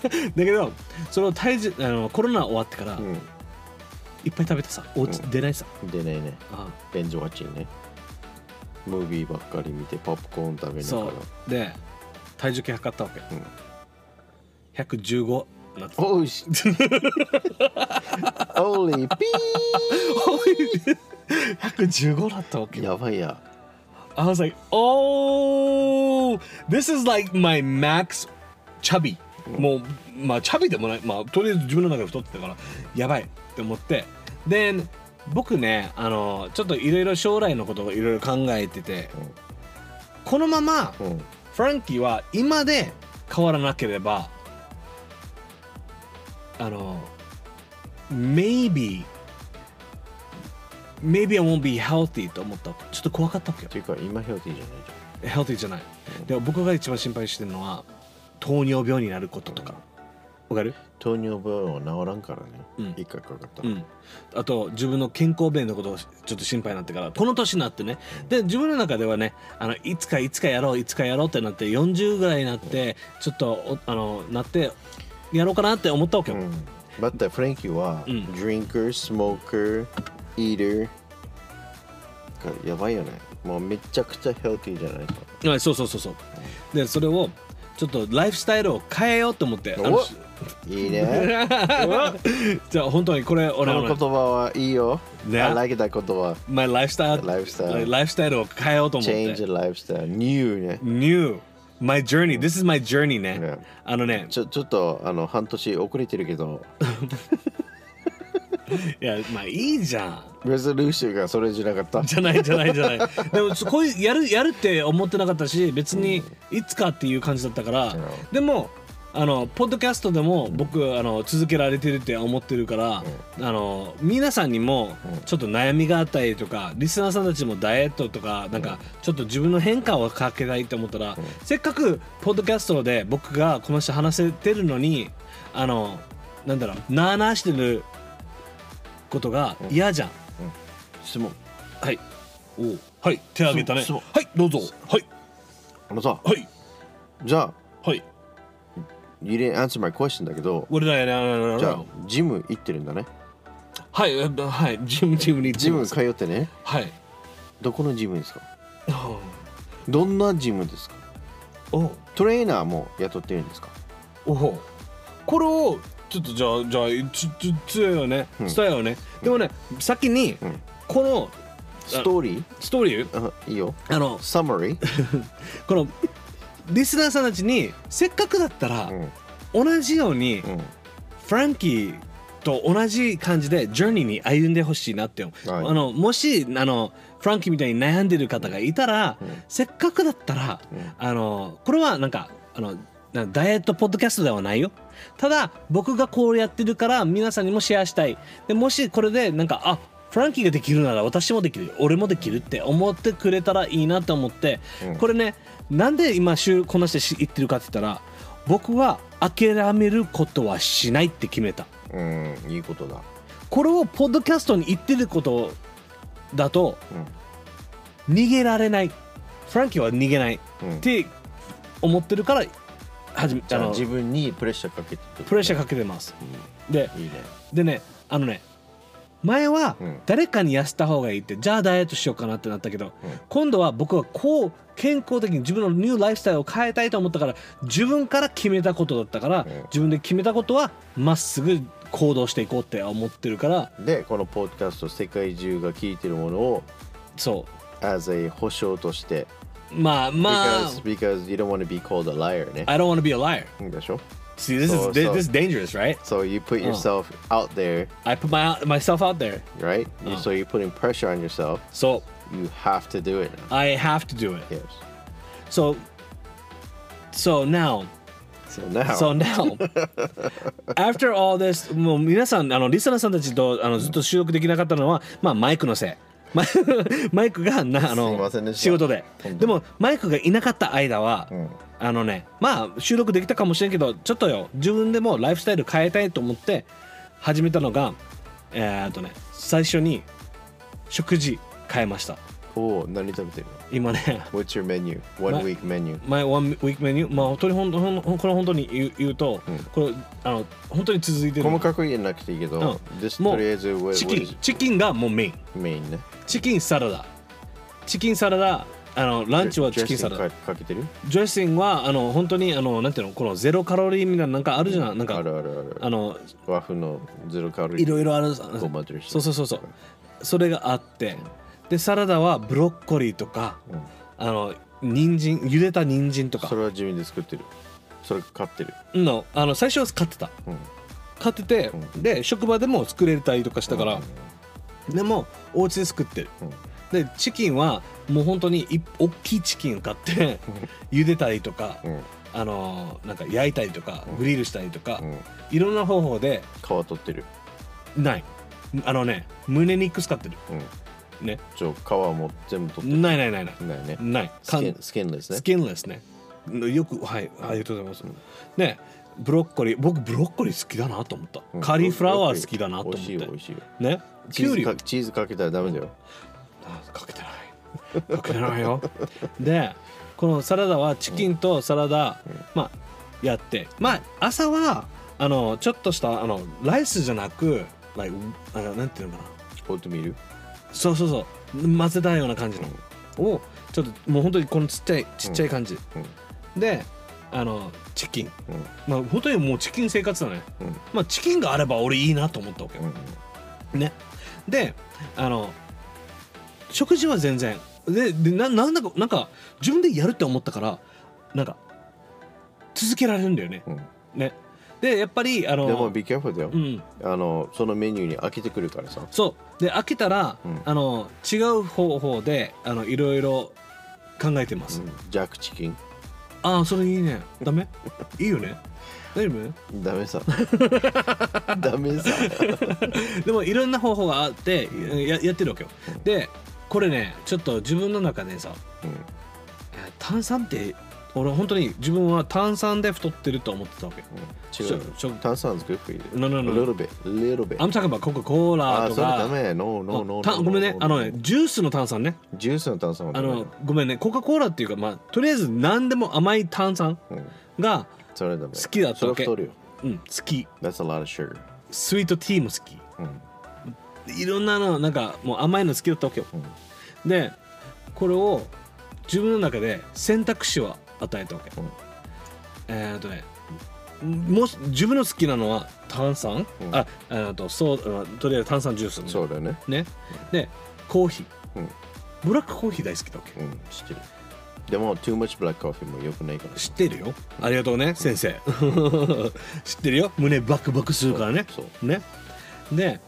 A: けどその体重あのコロナ終わってから、
B: う
A: いっぱい食べてさお家出ないさ、
B: ん出ないね
A: あ
B: ベンジョワチンねムービーばっかり見てポップコーン食べな
A: そ
B: がら
A: うで体重計測ったわけ、
B: ん
A: 115なってた
B: おいし おりピ
A: 115だったわけ
B: ーやばいや
A: I was like oh this is like my max chubby、もうまあチャビでもないまあとりあえず自分の中で太ってたからやばいって思ってで僕ねあのちょっといろいろ将来のことをいろいろ考えてて、
B: うん
A: このまま
B: うん
A: フランキーは今で変わらなければあの maybe maybe I won't be healthy と思ったわけちょっと怖かったわけよ
B: ていうか今ヘルティーじゃないじ
A: healthy じゃないでも僕が一番心配してるのは糖尿病になることとかわかる
B: ゃん糖尿病は治らんからね、
A: うん
B: 一回かかった
A: う
B: ら、
A: ん、あと自分の健康面のことをちょっと心配になってからこの年になってねで自分の中ではねあのいつかいつかやろういつかやろうってなって40ぐらいになってちょっとおあのなってやろうかなって思ったわけよ、
B: うんだってフレンキーは、
A: うん
B: drinker smoker eater だからやばいよねもうめちゃくちゃヘルティーじゃないか
A: はいそうそうそうそうでそれをちょっとライフスタイルを変えようと思ってあの
B: おいいね
A: じゃあ本当にこれ
B: こ
A: 俺
B: の
A: の
B: 言葉はいいよ、
A: ね
B: I like that 言葉
A: My lifestyle
B: Lifestyle
A: ライフスタイルを変えようと思って
B: change the lifestyle new ね
A: New My journey This is my journey ね
B: ね
A: あのね
B: ちょちょっとあの半年遅れてるけど
A: いやまあいいじゃん
B: レゾリューションがそれじゃなかった
A: じゃないじゃないじゃないでもそこういうやるやるって思ってなかったし別にいつかっていう感じだったから、
B: ん
A: でもあのポッドキャストでも僕あの続けられてるって思ってるから、あの皆さんにもちょっと悩みがあったりとかリスナーさんたちもダイエットとかなんかちょっと自分の変化をかけたいと思ったら、せっかくポッドキャストで僕がこの人話せてるのにあのなんだろうなあなあしてることが嫌じゃん、
B: 質問
A: はいおうはい手挙げたね
B: そう
A: はいどうぞはい
B: あのさ
A: はい
B: じゃあ
A: はい
B: You didn't answer my question だけど
A: 俺らやな
B: じゃあジム行ってるんだね
A: はいえはいジムジムに行って
B: ジム
A: ます
B: 通ってね
A: はい
B: どこのジムですかどんなジムですか
A: おう
B: トレーナーも雇ってるんですか
A: おおこれをちょっとじゃあじゃあつつつよね
B: うん
A: 伝えようね、でもね先に
B: うん
A: この
B: ストーリ
A: ストーリー
B: ーあいいよ
A: あの
B: サマ リー、
A: このリスナーさんたちにせっかくだったら
B: うん
A: 同じように
B: うん
A: フランキーと同じ感じでジャーニーに歩んでほしいなって思う、
B: はい
A: あのもしあのフランキーみたいに悩んでる方がいたら、
B: うん
A: せっかくだったら
B: うん
A: あのこれはなんかあのなダイエットポッドキャストではないよただ僕がこうやってるから皆さんにもシェアしたいでもしこれでなんかあフランキーができるなら私もできる俺もできるって思ってくれたらいいなと思って、
B: うん
A: これねなんで今週こなしてし言ってるかって言ったら僕は諦めることはしないって決めた
B: うん、いいことだ。
A: これをポッドキャストに言ってることだと
B: う
A: 逃げられないフランキーは逃げない
B: ん、うん
A: っ。て思ってるから始め
B: じ
A: あ
B: ゃあ
A: の
B: 自分にプレッシャーかけて
A: プレッシャー
B: か
A: かけてます
B: け
A: で
B: いいね。
A: でねあのね前は
B: うん
A: 誰かに痩せた方がいいってじゃあダイエットしようかなってなったけど、
B: うん
A: 今度は僕はこう健康的に自分のニューライフスタイルを変えたいと思ったから自分から決めたことだったから、
B: うん
A: 自分で決めたことはまっすぐ行動していこうって思ってるから
B: で、このポッドキャスト、世界中が聞いてるものを、
A: そ
B: as a 保証として、
A: うまあまあ
B: because, because you don't want to be called a liar ね。
A: I don't want to be a liar
B: でしょ
A: See this is
B: そう
A: this
B: そう
A: is dangerous right
B: So you put
A: うん
B: yourself out there,
A: I put my myself out there
B: right?
A: う
B: You-
A: ん
B: So you're putting pressure on yourself.
A: so
B: You have to do it.
A: I have to do it
B: Yes.
A: so so now
B: So now,
A: So now, after all this, もう皆さん、あのリスナーさんたちとあのずっと収録できなかったのは、まあ、マイクのせい。マイ マイクがなあ
B: すい
A: の
B: ませんでした
A: 仕事で
B: 本当に
A: でもマイクがいなかった間は、
B: うん
A: あのねまあ収録できたかもしれんけどちょっとよ自分でもライフスタイル変えたいと思って始めたのがえーっとね最初に食事変えました
B: おお、何食べてるの
A: 今ね
B: ?What's your menu?
A: ま
B: One week menu?
A: 前ワンウィークメニューまあ本当に本当ほんほんこれ本当に言う言うと、
B: うん
A: これあの本当に続いてる
B: 細かく言えなくていいけど、
A: うん
B: just
A: もう
B: とりあえず、what
A: チ
B: what
A: キ
B: is
A: ンチキンがもうメイン
B: main ね。
A: チキンサラダチキンサラダあのランチはチキンサラダ
B: かかけてる
A: ドレッシングはあの本当にあのなんていうのこのゼロカロリーみたいななんかあるじゃんなん
B: あ
A: か
B: るあるある
A: あの
B: 和風のゼロカロリー
A: いろいろある
B: ごまドレッシング
A: そうそうそうそうそれがあってでサラダはブロッコリーとか
B: うん
A: あの人参茹でた人参とか
B: それは自分で作ってるそれ買ってる
A: のあの最初は買ってた
B: うん
A: 買ってて
B: う
A: で職場でも作れたりとかしたから
B: うん
A: でもお家で作ってる
B: うん
A: でチキンはもう本当にい大きいチキンを買って茹でたりとか、
B: うん
A: あのーなんか焼いたりとか
B: うん
A: グリルしたりとか、
B: うん
A: いろんな方法で
B: 皮取ってる
A: ないあのね胸肉使ってる
B: うん
A: ね
B: ちょ皮も全部取って
A: ないないないない
B: るないね
A: ない
B: ス
A: かん
B: キンスキンレスね
A: スキンレスねよくはいありがとうございます、
B: うん
A: ねブロッコリー僕ブロッコリー好きだなと思った、
B: うん
A: カリフラワー好きだなと思っ
B: 美味しいよ美
A: て
B: 味しいよ
A: ねキ
B: チ
A: ュウ
B: ー
A: リ
B: ズかチーズかけたらダメだよ
A: あかけてないかけてない よでこのサラダはチキンとサラダ、
B: うん
A: まあやってまあ朝はあのちょっとしたあのライスじゃなく、like あのなんていうのかな
B: オートミール
A: そうそうそう混ぜたような感じの、をちょっともう本当にこのちっちゃいちっちゃい感じ、
B: うん
A: であのチキン
B: うん
A: まあ本当にもうチキン生活だね、
B: うん
A: まあチキンがあれば俺いいなと思ったわけよ、
B: うん
A: ねであの食事は全然ででななんだかなんか自分でやるって思ったからなんか続けられるんだよね
B: うん
A: ねでやっぱりあ
B: でも
A: の
B: be careful だよ
A: うん
B: あのそのメニューに飽きてくるからさ
A: そうで飽きたら、
B: うん
A: あの違う方法であのいろいろ考えてます、
B: うんジャックチキン
A: ああそれいいねダメいいよね大丈夫
B: ダ メさダメさ
A: でもいろんな方法があってややってるわけよでこれねちょっと自分の中でさ
B: うん
A: えー炭酸って俺本当に自分は炭酸で太ってると思ってたわけ
B: Chill.
A: So- so-
B: Tan sounds good for you.
A: No, no, no.
B: A little bit. A little bit.
A: I'm talking about Coca-Cola
B: あ、
A: と
B: それダ
A: か
B: メ。No, no, no.
A: た
B: no, no,
A: ごめんね
B: no, no.
A: あのねジュースの炭酸ね
B: ジュースの炭酸は
A: あ
B: ダメ
A: のごめんねコカ・コーラっていうかまあとりあえず何でも甘い炭酸
B: うん
A: が、
B: それはダメ。
A: 好きだった
B: それ
A: わ
B: は
A: け
B: 太るよ。
A: うん、好き
B: That's a lot of sugar.
A: スイートティーも好き
B: うん。
A: いろんなのなんかもう甘いの好きだったわけよ、でこれを自分の中で選択肢を与えたわけ、
B: うん
A: えーっとねもし自分の好きなのは炭酸、
B: うん
A: あえーっとそうあとりあえず炭酸ジュースね
B: そうだよね。
A: ねでコーヒー、
B: うん
A: ブラックコーヒー大好きだわけ
B: うん、知ってる。でも、too much black coffee も良くないから。
A: 知ってるよありがとうね先生 知ってるよ胸バクバクするからね
B: そう
A: ねで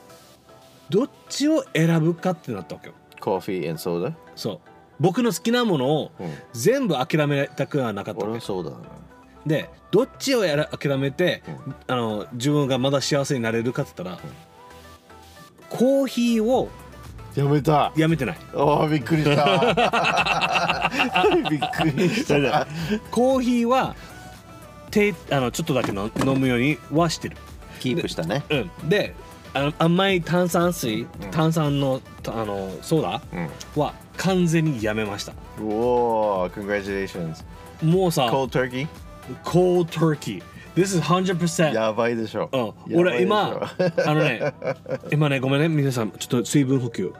A: どっちを選ぶかってなったわけよ
B: Coffee and soda?
A: そう僕の好きなものを
B: うん
A: 全部諦めたくはなかった
B: 俺
A: わ
B: は
A: け
B: そうだな。
A: でどっちをやら諦めて、
B: うん
A: あの自分がまだ幸せになれるかって言ったら、コーヒーを
B: やめた
A: やめてない
B: おーびっくりした びっくりした
A: コーヒーはてあのちょっとだけの飲むようにはしてる
B: キープしたね
A: うん、であの甘い炭酸水、
B: ん
A: 炭酸のたあのソーダは完全にやめました
B: うんおお congratulations
A: もうさ
B: cold turkey
A: cold turkey this is 100%、
B: やばいでしょ
A: うん、
B: やばいで
A: 俺
B: しょ
A: 今あのね今ねごめんね皆さんちょっと水分補給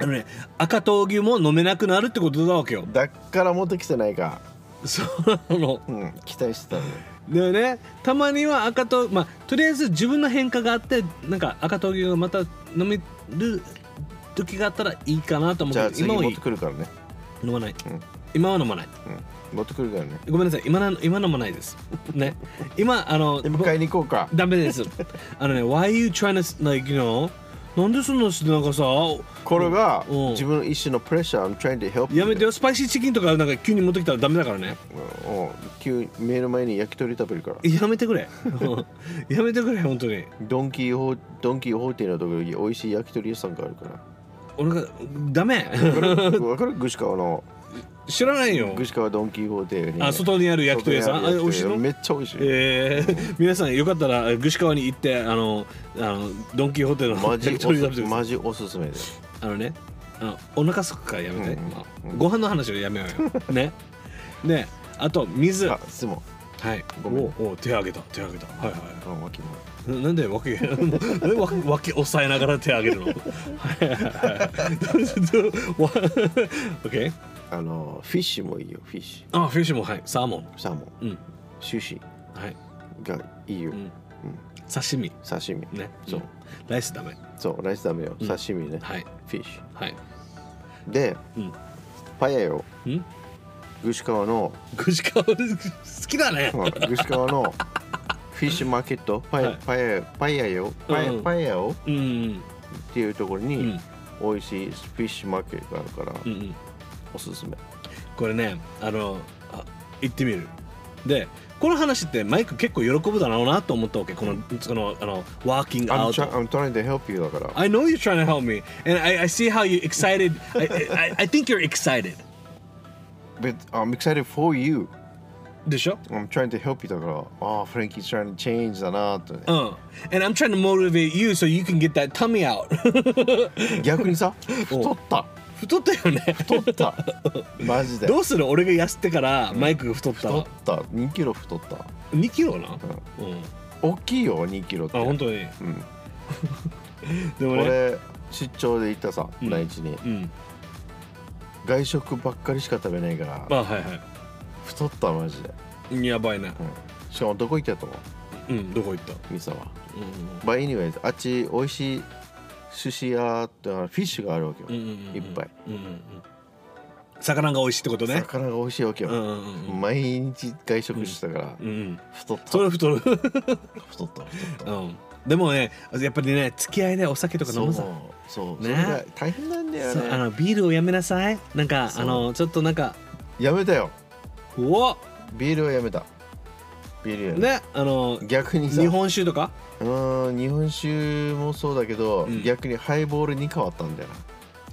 A: あのね赤闘牛も飲めなくなるってことだわけよ
B: だから持ってきてないか
A: その
B: うん期待してたの
A: で
B: よ
A: ねたまには赤とまあとりあえず自分の変化があってなんか赤と牛がまた飲める時があったらいいかなと思
B: じゃ
A: う
B: あ
A: けど
B: 次
A: 今はい
B: 持っ
A: い
B: てくるからね
A: 飲まない、
B: ん
A: 今は飲まない
B: うん持ってくるからね
A: ごめんなさい今な今飲まないですね今あの
B: で迎えに行こうか
A: ダメですあのね Why you trying to like you know なんでそんなしてなんかさ
B: これが
A: うん
B: 自分の一種のプレッシャー I'm trying to help you
A: やめてよスパイシーチキンとかなんか急に持ってきたらダメだからね
B: うんうん急に目の前に焼き鳥食べるから
A: やめてくれ やめてくれ本当に
B: ドンキーホードンキーホーティーのところに美味しい焼き鳥屋さんがあるから
A: 俺がダメ
B: わかるわ かるグシカワの
A: 知らないよ
B: グシカワドンキーホーテーに
A: あ外にある焼き鳥屋さん
B: 外にある
A: あ美
B: 焼き鳥屋
A: 味しいの
B: めっちゃ美味しい、
A: えー、皆さんよかったらぐし川に行ってあのあのドンキホーテルの
B: マジ
A: 焼き
B: お
A: 鳥食べて
B: す
A: ください
B: マジおすすめだよ
A: あのねあのお腹すくからやめて、
B: うんうん
A: まあご飯の話はやめようよねねあと水は
B: あ質問
A: い
B: ごめん
A: おお手あげた手あげたはいはい
B: あわけも
A: ななんで脇なんで脇脇押さえながら手あげるのはい OK
B: あのフィッシュもいいよフィッシ
A: あフィッシュもはいサーモン
B: ュサーモ
A: う
B: ン
A: ん
B: 寿司
A: はい
B: がいいよ、
A: う
B: うんん
A: 刺身
B: 刺身
A: ね
B: そう
A: ライスダメ
B: そうライスダメよ、
A: うん
B: 刺身ね、
A: はい
B: フィッシュ
A: はい
B: で
A: うん
B: パエよ
A: うん
B: グシカワの
A: ぐし川好きだね
B: まあ具志川のフィッシュマーケットパイ、
A: はい
B: パイパイヤよパイ,、
A: うん
B: パイヤよ
A: うんうん
B: っていうところ
A: うん
B: に美味しいフィッシュマーケットがあるから
A: うんうん
B: おすすめ、
A: これねあのあ行ってみるでこの話ってマイク結構喜ぶだろうなと思ったわけこのそのあのワーキングア
B: I'm,
A: ウ
B: try-
A: ト
B: I'm trying to help you だから
A: I know you're trying to help me and I, I see how you excited I, I, I think you're excited
B: But I'm excited for you
A: でしょ
B: I'm trying to help you だからああフレンキー trying to change だなと、
A: うん and I'm trying to motivate you so you can get that tummy out
B: 逆にさ太った
A: 太ったよね
B: 太った マジで
A: どうする俺が痩せてからマイクが太ったら、
B: 太った2キロ太った
A: 2キロなうん、
B: 大きいよ2キロって
A: あ本当に
B: うん、
A: でもね
B: 俺出張で行ったさ
A: うん
B: 内地に、
A: うん
B: 外食ばっかりしか食べないから
A: まあはいは
B: 太ったマジで、
A: いやばいな
B: しかもどこ行ったと思う
A: うんどこ行った
B: ミサは
A: う
B: バイニーあっち美味しい寿司屋ってあのフィッシュがあるわけよ、
A: んうんうんうん
B: いっぱい、
A: んうんうんうん魚が美味しいってことね
B: 魚が美味しいわけ
A: う
B: よ、
A: んうんうん
B: 毎日外食してたから、
A: うんうん
B: 太った
A: それ太る
B: 太った太っ
A: うんでもねやっぱりね付き合いでお酒と
B: た
A: か
B: そ
A: 飲
B: う
A: むさ
B: そう、
A: ね
B: それが大変なんだよ
A: そうあ
B: ね
A: のビールをやめなさいなんか
B: そう
A: あのちょっとなんか
B: やめたよ
A: うお
B: ビールはやめたビールやめた、
A: ねあの
B: 逆にさ
A: 日本酒とか
B: うーん日本酒もそうだけど、
A: うん
B: 逆にハイボールに変わったんだよな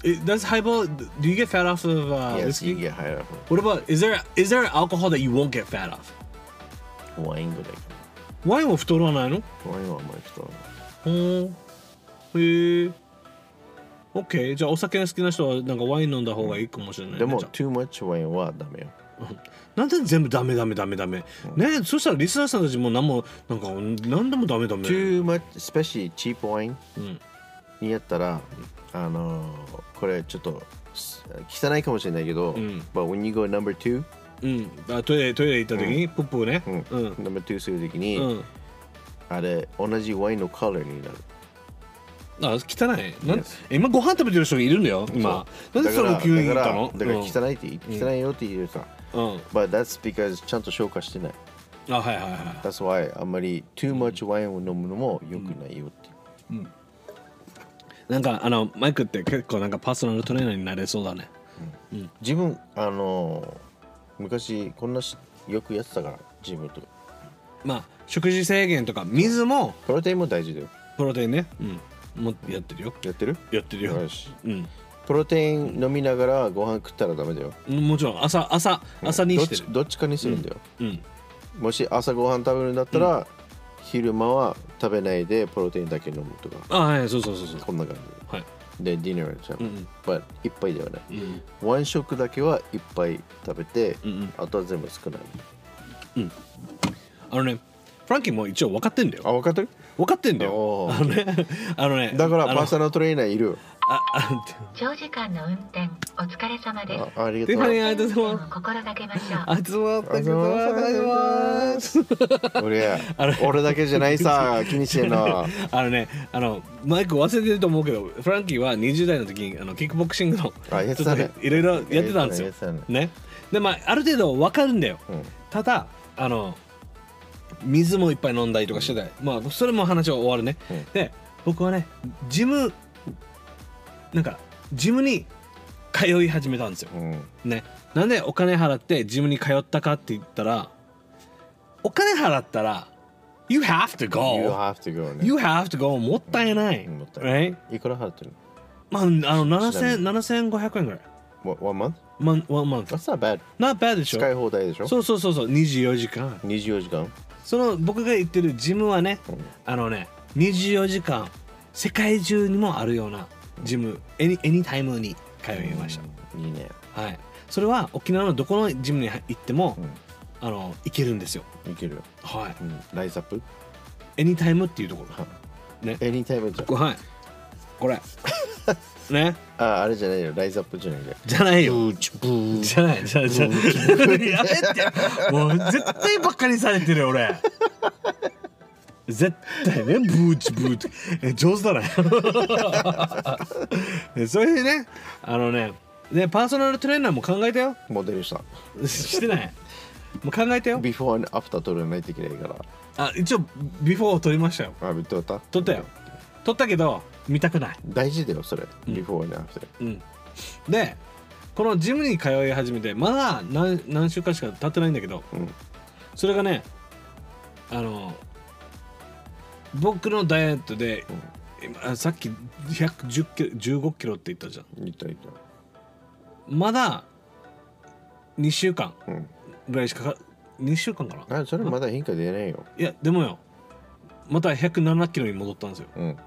A: え It- Does highball? Do you get fat off of uh,
B: Yes,
A: whiskey?
B: you get high off
A: What about is there is there alcohol that you won't get fat off?
B: of wine ぐらいか
A: ワインは太らないの？
B: な。ワインはあんまり太らない。
A: ほーへえ。オッケー。じゃあお酒が好きな人はなんかワイン飲んだ方がいいかもしれないね、
B: でも、
A: じゃあ
B: too much ワインはダメよ。
A: なんで全部ダメダメダメダメ。ね、そしたらリスナーさんたちも何もなんか何でもダメダメ。
B: too much、especially cheap wine
A: うん。
B: にやったら、あのー、これちょっとす汚いかもしれないけど、
A: ん
B: but when you go number two、
A: うん。あトイレトイレ行った時にプップね。
B: うん
A: うん。
B: number two するときに、
A: うん。
B: あれ、同じワインのカラーになる。
A: あ汚い。なん
B: Yes
A: 今ご飯食べてる人がいるんだよ。今。なんでそれを急に言ったの？
B: だからだから汚いって言う汚いよって言うさ、
A: うんうん。
B: but that's because ちゃんと消化してない。
A: あはいはいはい。
B: That's why あんまり too much ワインを飲むのも良くないよって。
A: なんかあのマイクって結構なんかパーソナルトレーナーになれそうだね。
B: 自分あのー昔こんなしよくやってたから自分と
A: まあ食事制限とか水も
B: プロテインも大事だよ
A: プロテインね、うん、もやってるよ。
B: やってる
A: やってるよ。
B: よし
A: うん、
B: プロテイン飲みながらご飯食ったらダメだよ
A: もちろん朝朝朝に
B: どっ
A: して
B: ち
A: る。
B: どっちかにするんだよ、
A: うん、
B: もし朝ご飯食べるんだったら、昼間は食べないでプロテインだけ飲むとか
A: あはいそうそうそうそう。
B: こんな感
A: はい。
B: じでディナーじゃん、
A: うんうん。
B: But 一杯ではない
A: うん
B: ワン食だけは一杯食べて、
A: うんうん
B: あとは全部少ない
A: あのね、フランキーも一応分かってんだよ。
B: あ分かってる
A: 分かってんだよ。
B: お
A: あ
B: ー
A: のね、あのね。
B: だから
A: あの
B: パーソナルトレーナーいる
A: ああ
C: 長時間の運転お疲れ様です
B: あありが
A: ティ
B: とう
A: ファニーありがとうござい
C: 運
A: ます。
C: 転を心がけましょう
A: ありがとうございます。ありがとうございます。
B: 俺
A: あれ
B: 俺だけじゃないさ気にしてんの
A: あのねあのマイク忘れてると思うけどフランキーは20代の時にあのキックボクシングの
B: あやっ
A: ち
B: て
A: ょ
B: た
A: っ
B: ね
A: といろいろやってたんです
B: や
A: よ
B: ってたねやって。た
A: ね、でまあある程度わかるんだよ。
B: うん
A: ただあの水もいっぱい飲んだりとかしてたり、まあそれも話は終わるね。
B: うん
A: で僕はねジムなんかジムに通い始めたんですよ。
B: うん
A: ね、なんでお金払ってジムに通ったかって言ったらお金払ったら You have to go!
B: You have to go ね
A: You have to go もったいない。
B: もったいない
A: Right?
B: いくら払ってる
A: まあ、あの
B: ちなみ
A: 7000
B: に
A: 7500円ぐらい。
B: の ?1 month?
A: One, one month.
B: That's not bad.
A: Not bad でし
B: 使い
A: ょ
B: 放題でしょ
A: そうそうそうそう、24時間。
B: 24時間
A: その僕が行ってるジムはね、あのね、24時間、世界中にもあるようなジム、エニエニタイムに通いまし
B: いいね。
A: た。はい。それは沖縄のどこのジムに行っても、
B: うん
A: あの行けるんですよ。
B: いけるよ。
A: はい。
B: うん、ライズアップ
A: エニタイムっていうとこ
B: エニタイムじゃん
A: ろ。。はい。こ れ。ね。
B: あ、あれじゃないよ。ライズアップじゃないよ。
A: じゃないよ。
B: ブーチブー
A: じゃないじゃないじゃないやめてもう絶対ばっかりされてるよ俺絶対ねブーチブーチえ上手だね でそれでねあのねねパーソナルトレーナーも考えたよ
B: モデルした。
A: してないもう考えたよ
B: ビフォーアフター取らないといけないから。
A: あ一応ビフォーを撮りましたよ
B: あ、どうだった
A: 撮ったよ。撮ったけど見たくない
B: 大事だよ、それ。ビフォーアフター。
A: うん、でこのジムに通い始めてまだ何何週間しか経ってないんだけど、
B: うん
A: それがねあの僕のダイエットで、今さっき110キロ15キロって言ったじゃん
B: 言った言っ
A: まだ2週間
B: た。うん。
A: ぐらいしかか2週間かな
B: あ、それまだ変化出ないよ。
A: いやでもよまた107キロに戻ったんですよ
B: うん。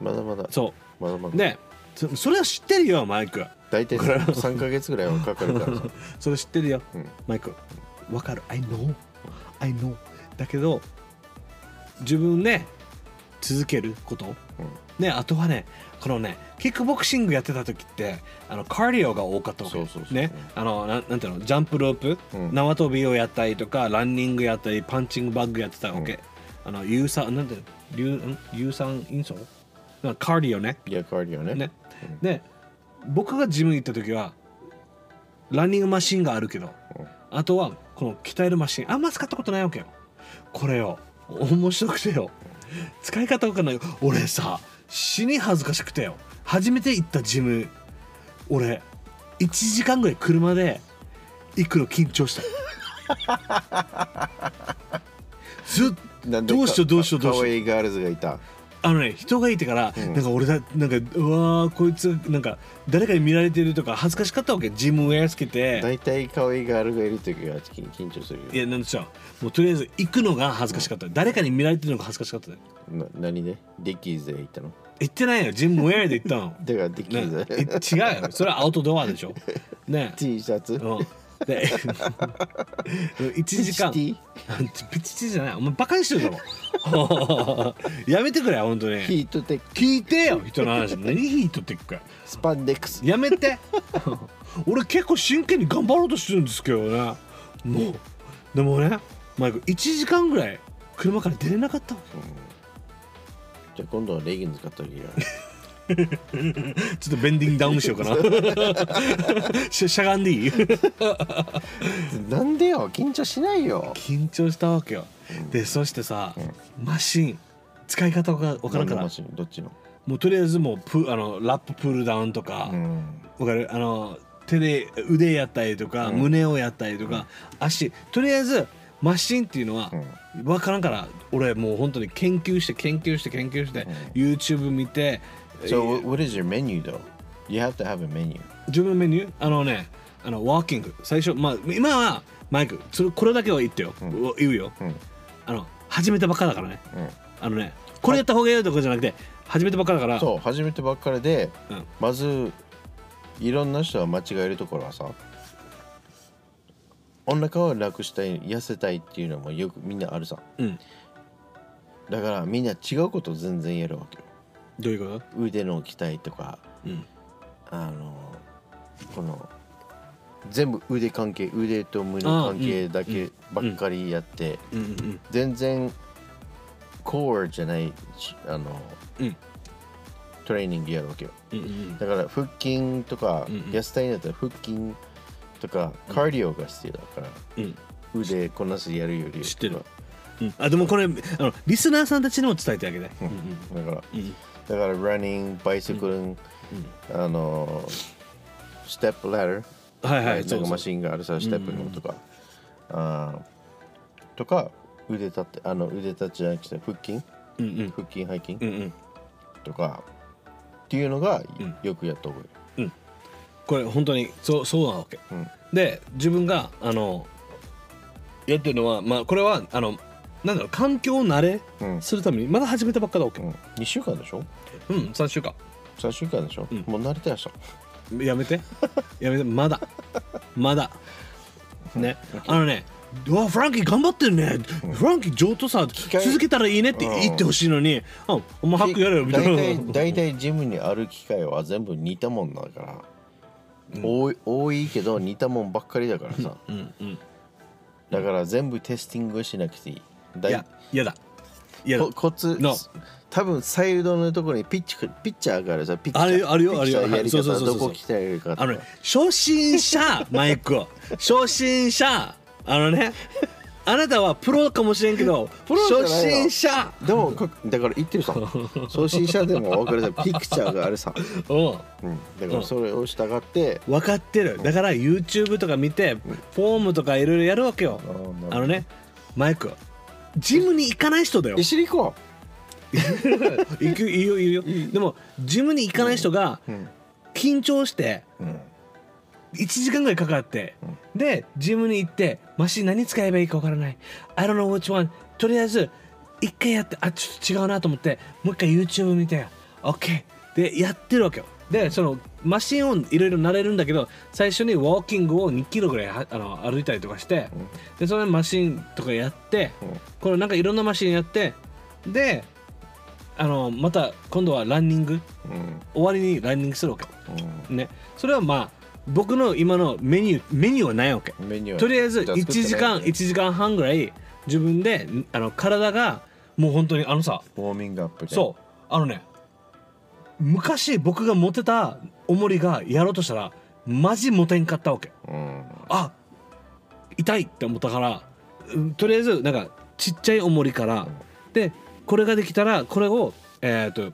B: まだまだ。
A: そ
B: まだま
A: う
B: だ。
A: でそそれは知ってるよマイク
B: 大体3ヶ月ぐらいはかかる からさ。
A: それ知ってるよ、
B: うん
A: マイクわかる I know I know だけど自分ね続けること、ねあとはねこのねキックボクシングやってた時ってあのカーディオが多かったわけ
B: そうそうそう
A: ねあのなんなんていうのジャンプロープ、
B: うん
A: 縄跳びをやったりとかランニングやったりパンチングバッグやってたわけ、あの有酸なんていうの有有酸インソールカーディオね
B: いや、変わるよね。
A: ね、で僕がジムに行った時はランニングマシンがあるけど、あとはこの鍛えるマシンあんま使ったことないわけよこれよ面白くてよ使い方わかんない俺さ死に恥ずかしくてよ初めて行ったジム俺1時間ぐらい車で行くの緊張 したずっ
B: なんで
A: どうしようどうしようどうしよう
B: かわいいガールズがいた。
A: あのね人がいてから、
B: うん
A: なんか俺だなんかうわーこいつなんか誰かに見られてるとか恥ずかしかったわけジムウェアつけて
B: 大体可愛いガールがいる時は緊緊張するよ
A: いやなんでしょうもうとりあえず行くのが恥ずかしかった誰かに見られてるのが恥ずかしかった
B: な何でデッキーズで行ったの
A: 行ってないよジムウェアで行ったの
B: だからデッキーズ
A: ね
B: で、
A: え違うよそれはアウトドアで しょね
B: T シャツ
A: うんで 1時間
B: T
A: ピチチじゃないお前バカにしてるだろ やめてくれ本当
B: ヒ
A: に
B: ートテック
A: 聞いてよ人の話何ヒートテックか
B: スパンデックス
A: やめて 俺結構真剣に頑張ろうとしてるんですけどねもうでもねマイク1時間ぐらい車から出れなかったわ
B: うんじゃあ今度はレギンズ買ったらいいよ
A: ちょっとベンディングダウンしようかな ししゃがんでいい
B: なんでよ緊張しないよ
A: 緊張したわけよでそしてさ、マシン使い方が分からんか
B: 何の
A: ら
B: マシンどっちの
A: もうとりあえずもうプあのラッププールダウンとか、
B: うん
A: わかるあの手で腕やったりとか、
B: うん
A: 胸をやったりとか、足とりあえずマシンっていうのは分からんから俺もう本当に研究して研究して研究して、YouTube 見て、
B: So what is your menu though? You have to have a menu
A: 自分のメニューあのねあのワーキング最初まあ今はマイクそれこれだけは言ってよ、
B: うん
A: 言うよ
B: うん
A: あの始めたばっかだからね
B: うん
A: あのねこれやった方がいいよとかじゃなくて始めたばっかだから
B: そう始めてばっかりで、
A: うん
B: まずいろんな人が間違えるところはさお腹を楽したい痩せたいっていうのもよくみんなあるさ
A: うん、
B: だからみんな違うこと全然やるわけよ
A: どういうこと、
B: 腕の鍛えとか
A: うん
B: あのこの全部腕関係腕と胸関係だけばっかりやって、
A: うんうん
B: 全然コアじゃないしあの、
A: うん
B: トレーニングやるわけよ
A: うんうん
B: だから腹筋とか
A: うんうん
B: 痩せたいんだったら腹筋とかカーディオが必要だから
A: うん
B: 腕こんなしやるより
A: 知ってるうん、あでもこれあのリスナーさんたちにも伝えてあげて、うんうん
B: だから
A: うん
B: だから running バイセクルンあのステップラダー
A: はいはい
B: なんかマ
A: ン
B: シンがあるさステップのとかあーとか腕立てあの腕立ちじゃなくて腹筋
A: うんうん
B: 腹筋背筋
A: うんうん
B: とかっていうのが
A: うん
B: よくやった方がいい、
A: これ本当にそうそうなわけ
B: うん
A: で自分があのやってるのはまあこれはあのなんだろう環境慣れ
B: うん
A: するためにまだ始めたばっかだわけ
B: うん、2週間でしょ
A: うん、3週間
B: 3週間でしょ、
A: うん
B: もう慣れてらっしゃ
A: や めてやめてまだまだねあのねうわフランキー頑張ってるね、フランキー上等さ
B: 換え
A: 続けたらいいねって言ってほしいのに、あお前ハックやれよみた
B: 大
A: い
B: 体
A: な
B: 大体ジムにある機会は全部似たもんだから、多い多いけど似たもんばっかりだからさ
A: うんうん
B: だから全部テスティングしなくていいだ
A: い
B: い
A: や嫌だ嫌だ
B: こコツ、
A: No
B: 多分サイドのところにピッチピッチャーがあるさピッチャー
A: あるよあるよあるよ
B: ピッチャーやり
A: はいそう
B: 方
A: そうそうそ
B: ど
A: う
B: こ鍛えるかと
A: あ
B: か
A: のね、初心者マイクを初心者あのねあなたはプロかもしれんけど
B: プロじゃ
A: 初
B: ないよ
A: 心者
B: でもこだから言って るさ初心者でも分かるさピクチャーがあるさ、
A: うん
B: うん、だからそれを従って、
A: 分かってるだから YouTube とか見てフォームとかいろいろやるわけよ
B: あーなるほど
A: あのねマイクジムに行かない人だよ
B: 一緒に行こ
A: 行くいいよいいよでもジムに行かない人が
B: う、うん
A: 緊張して
B: うん、
A: 1時間ぐらいかかって、でジムに行ってマシン何使えばいいかわからない I don't know which one とりあえず一回やってあちょっと違うなと思ってもう一回 YouTube 見て OK でやってるわけよでそのマシンをいろいろ慣れるんだけど最初にウォーキングを2キロぐらいはあの歩いたりとかして、でそのマシンとかやって、
B: うん
A: これなんかいろんなマシンやってであのまた今度はランニング
B: うん
A: 終わりにランニングするわけ
B: う
A: ね、それはまあ僕の今のメニューメニューはないわけ
B: ん、メニューは
A: とりあえず
B: じゃ作
A: 1
B: ってない
A: 時間1時間半ぐらい自分であの体がもう本当にあのさ
B: ウォーミングアップで
A: そうあのね昔僕が持てた重りがやろうとしたらマジ持てんかったわけ
B: う、うん、
A: あ痛いって思ったからうんとりあえずなんかちっちゃい重りからでこれができたらこれをえっ、と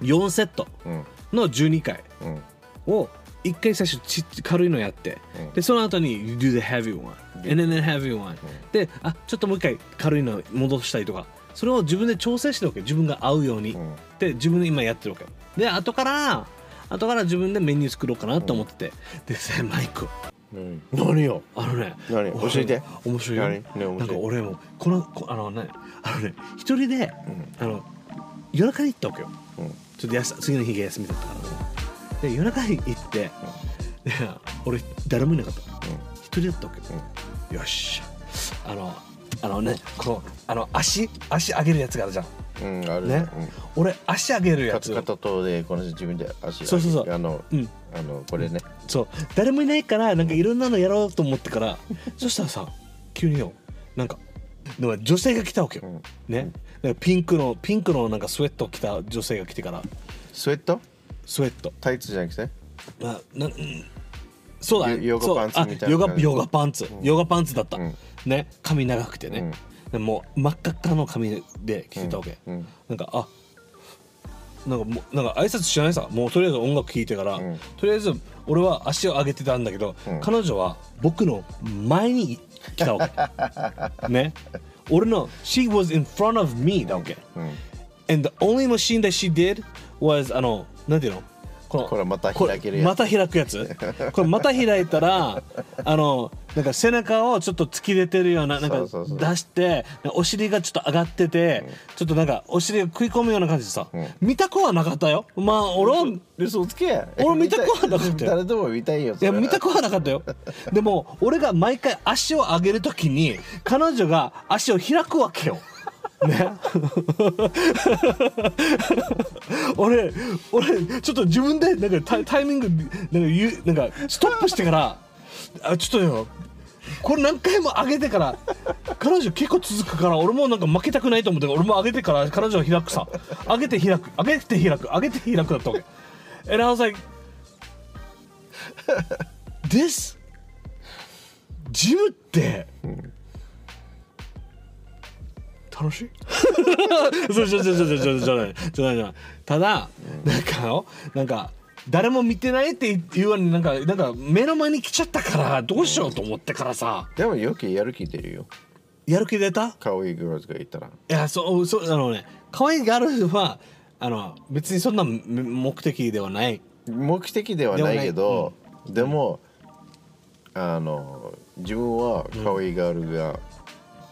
A: 4セット
B: うん
A: の12回
B: うん
A: を一回最初ち軽いのやって、
B: うん
A: でその後に「You do the heavy one」「and then the heavy one」であちょっともう一回軽いの戻したりとかそれを自分で調整してるわけ自分が合うように、
B: うん
A: で自分で今やってるわけで後から後から自分でメニュー作ろうかなと思ってて、でさマイク
B: うん何よ
A: あのね
B: 何
A: 俺
B: 教えて
A: 面白い
B: 何
A: よ
B: ね面
A: なんか
B: 白い
A: 俺もこのこあのねあのね一人であの夜中に行ったわけよ
B: うんうん
A: ちょっとやす次の日が休みだったからさで夜中に行って、で俺誰もいなかった一人だったわけ、よっしゃあのあのねこのあの足足上げるやつがあるじゃん
B: うんうんある
A: ね
B: うん
A: 俺足上げるや
B: か
A: つ
B: 片とでこの人自分で足
A: そうそうそう
B: あの
A: うん
B: あのこれね
A: そう誰もいないからなんかいろんなのやろうと思ってから そしたらさ急によなんかでも女性が来たわけ
B: う
A: よ、
B: ん
A: ねなんかピンクのピンクのなんかスウェットを着た女性が来てから
B: スウェット
A: スウェット
B: タイツじゃなくて
A: あなうんそうだね
B: ヨヨガ
A: そう
B: パンツみたいな
A: あヨガ
B: 感じ
A: ヨガパンツ、ヨガパンツだった、
B: うん
A: ね髪長くてね、でもう真っ赤っかの髪で着てたわけ、
B: うん
A: なんかあなんかもうなんか挨拶しないさもうとりあえず音楽聴いてから、
B: うん
A: とりあえず俺は足を上げてたんだけど、
B: うん
A: 彼女は僕の前に来たわけね俺の「She was in front of me」だわけ、
B: うん
A: and the only machine that she did was あのなんていうのこの
B: これまた
A: こ
B: 開ける
A: れ
B: やつ
A: また開くや つこれまた開いたらあのなんか背中をちょっと突き出てるようななんか
B: そうそうそう
A: 出してお尻がちょっと上がってて、ちょっとなんかお尻が食い込むような感じでさ、
B: うん
A: 見た子はなかったよまあ俺は
B: 嘘つけ
A: 俺見たことなかったよ
B: 誰でも見たいよ
A: い
B: それ
A: や
B: は
A: 見た子はなかったよでも俺が毎回足を上げるときに彼女が足を開くわけよね 俺俺ちょっと自分でなんかタイタイミングなんか言うなんかストップしてからあちょっとよこれ何回も上げてから彼女結構続くから俺もなんか負けたくないと思って俺も上げてから彼女を開くさ上げて開く上げて開く上げて開くだったわけ And I was like This ジムって、楽しい そうじゃじゃじゃじゃじゃじゃないじゃないじゃないただ、なんかよなんか誰も見てないって言うわになんかなんか目の前に来ちゃったからどうしようと思ってからさ
B: でもよくやる気出るよ
A: やる気出た
B: 可愛いグローズがいたら
A: いやそうそうあのね可愛いガールはあの別にそんな目目的ではない
B: 目的ではないけどでも,、あの自分は可愛いガールが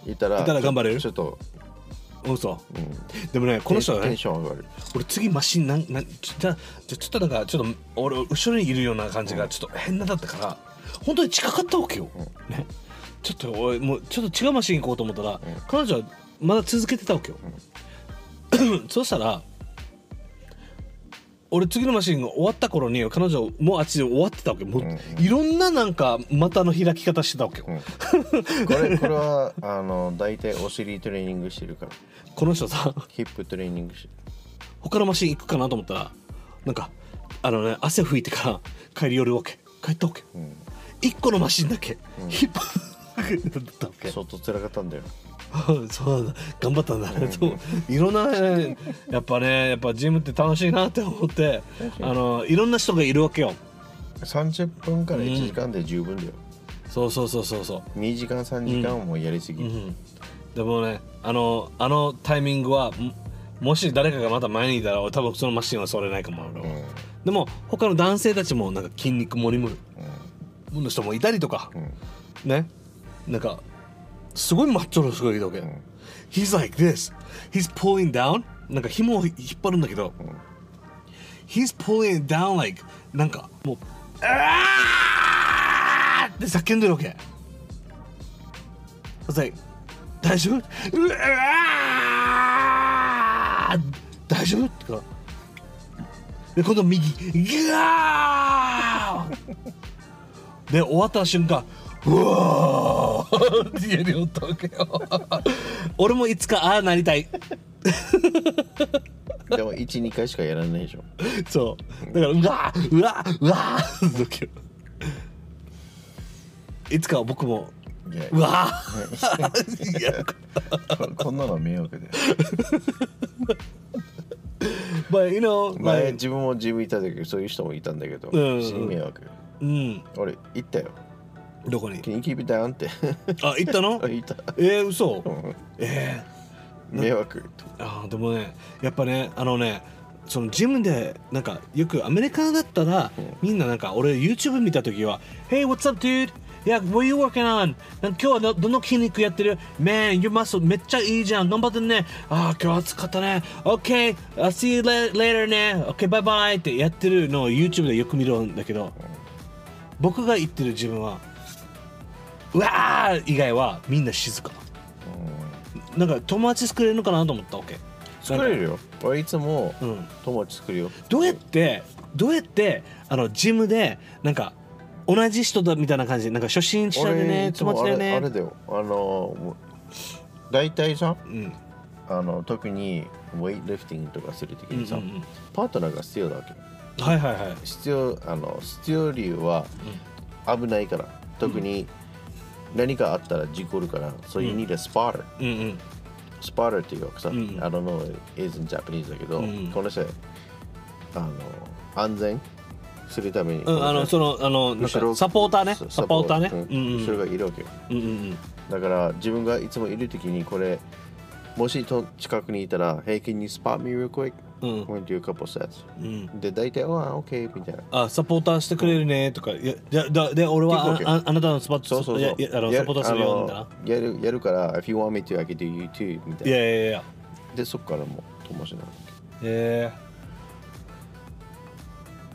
B: いたら,、
A: いたら頑張れる
B: ちょっと、
A: 嘘
B: うん、
A: でもねこの人は
B: テン
A: ね
B: ション上がる
A: 俺次マシンなんなんちょじゃあじゃあちょっとなんかちょっと俺後ろにいるような感じがちょっと変なだったから本当に近かったわけよ、ね、ちょっと俺もうちょっと違うマシン行こうと思ったら、彼女はまだ続けてたわけよ、 そうしたら俺次のマシンが終わった頃に彼女もうあっちで終わってたわけもう、いろんななんか股の開き方してたわけよ、
B: うんこれこれはあの大体お尻トレーニングしてるから
A: この人さ
B: ヒップトレーニングして
A: 他のマシン行くかなと思ったらなんかあのね汗拭いてから帰り寄るわけ帰ったわけ、
B: ん
A: 一個のマシンだけ引っ張だったわけ
B: る相当辛かったんだよ
A: そうだ頑張ったんだね、そういろんな、ね、やっぱねやっぱジムって楽しいなって思ってあのいろんな人がいるわけよ
B: 30分から1時間で十分だよ、
A: そうそうそうそうそう
B: 2時間3時間はもうやりすぎ、
A: うんでもねあのあのタイミングはももし誰かがまた前にいたら俺多分そのマシンはそれないかも俺は、でも他の男性たちもなんか筋肉もりもりの人もいたりとか、ねなんかすごいマッチョの人がいるわけ、He's like this He's pulling down なんか紐を引っ張るんだけど、He's pulling down like なんかもう「あーって叫んでるわけ I was like 大丈夫うわー大丈夫ってかで今度右ギャーで終わった瞬間うわーって言える音わけよ俺もいつかああなりたい
B: でも12回しかやらないでしょ
A: そうだからうわーうわーうわーだけどいつかは僕も
B: いや
A: うわ ーやるか
B: ここんなの迷 惑で
A: But you know
B: 前
A: like-
B: 自分もジムいた時そういう人もいたんだけど、
A: うん
B: 死に迷惑
A: うん
B: 俺行ったよ
A: どこに
B: 「Can you keep it down?」って
A: あ行ったの
B: 言った
A: えー、嘘
B: ん
A: え
B: 迷惑
A: あーでもねやっぱねあのねそのジムでなんかよくアメリカだったら、みんななんか俺 YouTube 見た時は「Hey what's up dude? Yeah, what are you working on? なんか今日はどどの筋肉やってる ?Man, your muscle めっちゃいいじゃん頑張ってるねああ今日暑かったね OK, I'll see you la- later ね OK, bye bye ってやってるのを YouTube でよく見るんだけど僕が言ってる自分はうわー以外はみんな静かなんか友達作れるのかなと思ったわけ
B: 作れるよ俺いつも
A: うん、
B: 友達作るよ
A: どうやってどうやってあのジムでなんか同じ人だみたいな感じでなんか初心者で
B: 俺
A: ね
B: いつ
A: 友
B: も
A: 達
B: あ
A: だ
B: れ,、
A: よね
B: あれだよあのもう大体さ
A: うん
B: あの特にウェイトリフティングとかするとき
A: うん
B: にさ、
A: うん
B: パートナーが必要だわけ
A: うんはいはいはい
B: 必要あの必要理由は危ないから特に何かあったら事故るから、そういう need a spotter
A: うん
B: スパーターっていうかさ、
A: うん
B: I don't know is in Japanese だけど、
A: うん
B: この人あの安全するために、
A: うんうんあのそのあのなんかサポーターね
B: そう
A: サポーターね
B: うん
A: うんうん
B: 後ろがいるわけよ
A: うんうん
B: だから自分がいつもいる時にこれもしと近くにいたら「Hey can you spot me real quick?
A: うんうん
B: Went to a couple sets
A: うん」
B: で大体「ああ OK」みたいな
A: あサポーターしてくれるねとかいやじゃだで俺は
B: 結構
A: あああなたのスパッ
B: そうそうそう
A: いやいやあの
B: や
A: サポーターするよみたいな
B: あのやるやるから「If you want me to I can do you too」みた
A: い
B: いな
A: やいやいやいや
B: でそっからもう友達になる
A: え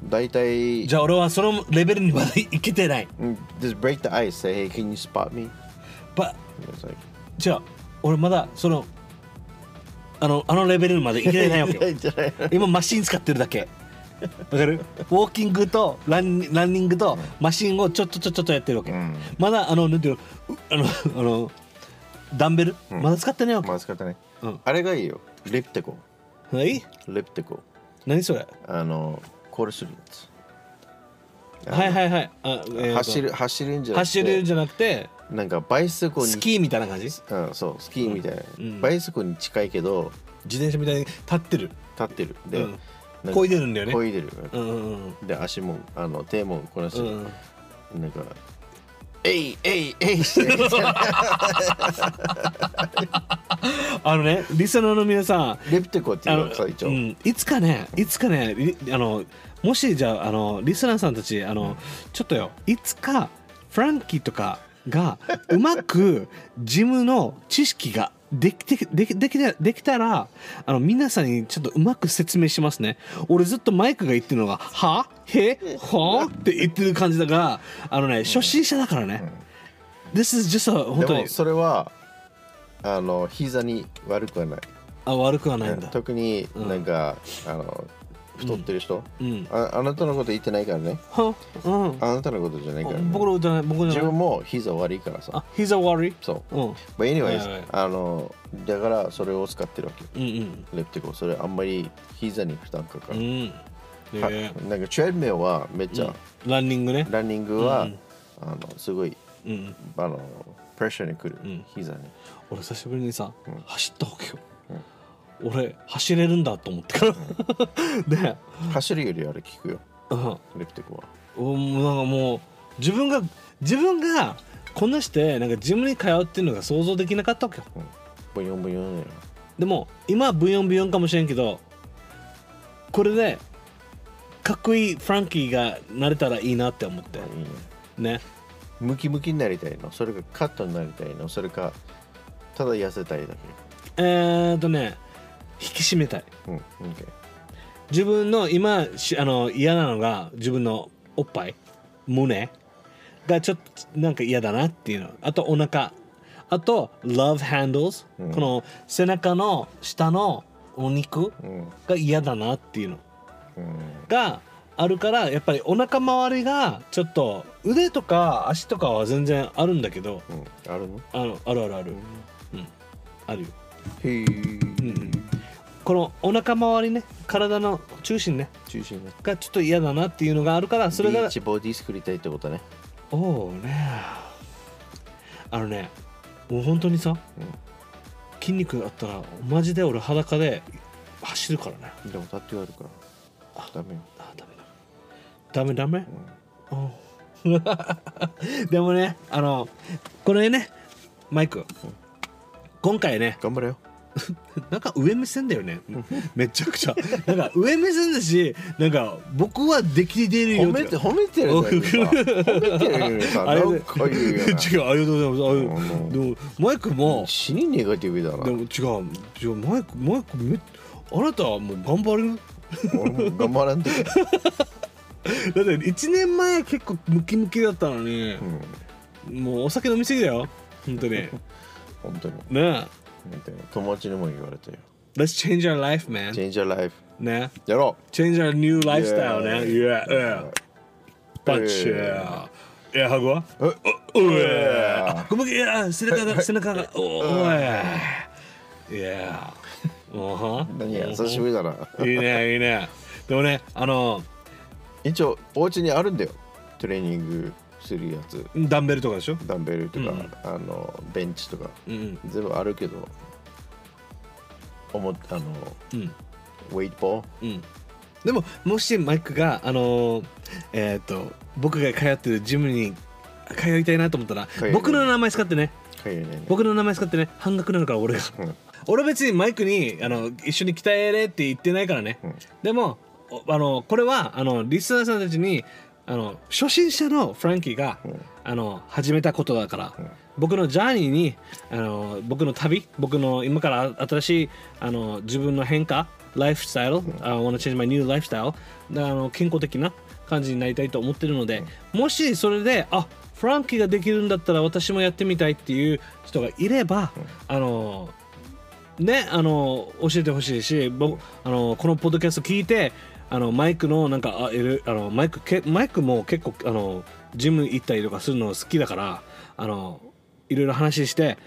B: 大体
A: ー、じゃあ俺はそのレベルにまだいけてない
B: Mm, Just break the ice. Say, hey, can you spot me?
A: ば
B: And It's like,
A: じゃあ俺まだそのあのあのレベルまでいけてないわけよ今マシン使ってるだけわかるウォーキングとランニランニングとマシンをちょっとちょっとちょっとやってるわけ、
B: うん
A: まだあのなんていうのうあのあのダンベル、
B: ん
A: まだ使ってないわけ、
B: まずかったね
A: うん。
B: あれがいいよ。リプテコ。
A: はい
B: リプテコ。
A: 何それ
B: あの、コールするやつ。
A: はいはいはいあ、えーと
B: 走る、走るんじゃなくて。
A: 走るんじゃなくて
B: なんか、バイスコに。
A: スキーみたいな感じ自
B: うん、そう、スキーみたいな。
A: うん
B: バイスコに近いけど、
A: 転車みたいに立ってる
B: 立ってる。で、
A: うん
B: なんか
A: こいでるんだよね
B: こいでる。
A: うんうんうん
B: で、足も、あの、手もこなして
A: う
B: る。
A: ん
B: なんか、えい、えい、え いしてる。
A: あのねリスナーの皆さん
B: リプテコってい
A: あ
B: う
A: の
B: のが最長
A: う。ん、いつかねいつかねりあのもしじゃああのリスナーさんたちあのちょっとよいつかフランキーとかがうまくジムの知識ができてできできたできたらあの皆さんにちょっとうまく説明しますね俺ずっとマイクが言ってるのが「はへはって言ってる感じだがあのね初心者だからね、This is just a 本当
B: で
A: に
B: もそれはあの膝に悪くはない
A: あ悪くはないんだ
B: 特になんか、あの太ってる人、
A: うん
B: ああなたのこと言ってないからね
A: はうん
B: あなたのことじゃないから、ね、
A: 僕のじゃない僕のじ
B: 自
A: ゃない
B: 分も膝悪いからさ
A: あ He's a worry
B: そう
A: うん
B: But anyways、
A: はいはい
B: あのだからそれを使ってるわけ
A: うん
B: レプティコそれあんまり膝に負担かか
A: うんう
B: る、
A: ん
B: は
A: え
B: なんかチェルメルはめっちゃ、
A: ランニングね
B: ランニングは、
A: うん
B: あのすごい
A: うん
B: あのプレッシャーにくる、
A: うん
B: 膝に
A: 俺久しぶりにさ
B: ん
A: 走ったわけよ俺走れるんだと思ってから で
B: 走るよりあれ効くよ
A: うん
B: レプティコは
A: うんなんかもう自分が自分がこんなしてなんかジムに通うっていうのが想像できなかったわけよ
B: ブヨンブヨンよ
A: でも今はブヨンブヨンかもしれんけどこれでかっこいいフランキーがなれたらいいなって思って
B: いいね
A: ね
B: ムキムキになりたいのそれかカットになりたいのそれかただ痩せたいだ
A: えーっとね引き締めたい
B: けうん OK
A: 自分の今しあの嫌なのが自分のおっぱい胸がちょっとなんか嫌だなっていうのあとお腹あと love handles、
B: うん
A: この背中の下のお肉
B: うん
A: が嫌だなっていうの
B: うん
A: があるからやっぱりお腹周りがちょっと腕とか足とかは全然あるんだけど
B: うんあるの
A: あのあるあるある、うん、あるよ
B: へえ
A: んこのお腹周りね体の中心ね
B: 中心ね
A: がちょっと嫌だなっていうのがあるからそ
B: そ
A: れ
B: れがビ
A: が
B: ーチボディ作りたいってことね
A: おおねあのねもう本当にさ、筋肉あったらマジで俺裸で走るからね
B: でもタトゥーあるから
A: あ
B: ダメよ
A: あダメだダメダメ、うん でもねあのこれねマイク今回ね
B: 頑張れよ
A: なんか上目線だよねめちゃくちゃなんか上目線だしなんか僕はできてるよ
B: 褒
A: とか
B: めて褒めてるじゃん今褒めてるよさ
A: あれ
B: なんかいいよ
A: 違
B: な
A: うありがとうございますあ
B: うん
A: でもマイク も
B: 死にネガティブだ
A: で
B: な
A: も違う違うマイクマイクめあなたはもう頑張る
B: 俺も頑張らんとき、
A: だって1年前結構ムキムキだったのに
B: うん、
A: もうお酒飲みすぎだよ本当にね
B: 本当に
A: え
B: 本当に友達にも言われたよ
A: Let's change our life man
B: Change your life
A: ね
B: やろ
A: Change our new lifestyle ね Yeah yeah バッチ
B: Yeah.
A: いやハグは
B: う
A: う
B: え
A: えあごめんいや背中が背中がおおいいやおは
B: 何や久しぶりだな い
A: いねいいねでもねあの
B: 一応お家にあるんだよトレーニングするやつ
A: ダンベルとかでしょ
B: ダンベルと
A: う
B: か、
A: ん
B: あのベンチとか
A: うん
B: 全部あるけどおもあの
A: うん
B: ウェイトボー
A: うんでももしマイクがあのえっと僕が通ってるジムに通いたいなと思ったら
B: い
A: 僕の名前使ってね
B: かゆいね
A: 僕の名前使ってね半額なのから俺が
B: うん
A: 俺別にマイクにあの一緒に鍛えれって言ってないからね、
B: うん
A: でもおあのこれはあのリスナーさんたちにあの初心者のフランキーが、
B: ん
A: あの始めたことだから、
B: ん
A: 僕のジャーニーにあの僕の旅僕の今から新しいあの自分の変化ライフスタイル、I wanna change my new lifestyle であの健康的な感じになりたいと思ってるので、もしそれであフランキーができるんだったら私もやってみたいっていう人がいれば、あのねあの教えてほしいし僕あのこのポッドキャスト聞いてあのマイクのなんかあいるあのマイクけマイクも結構あのジム行ったりとかするの好きだからあのいろいろ話して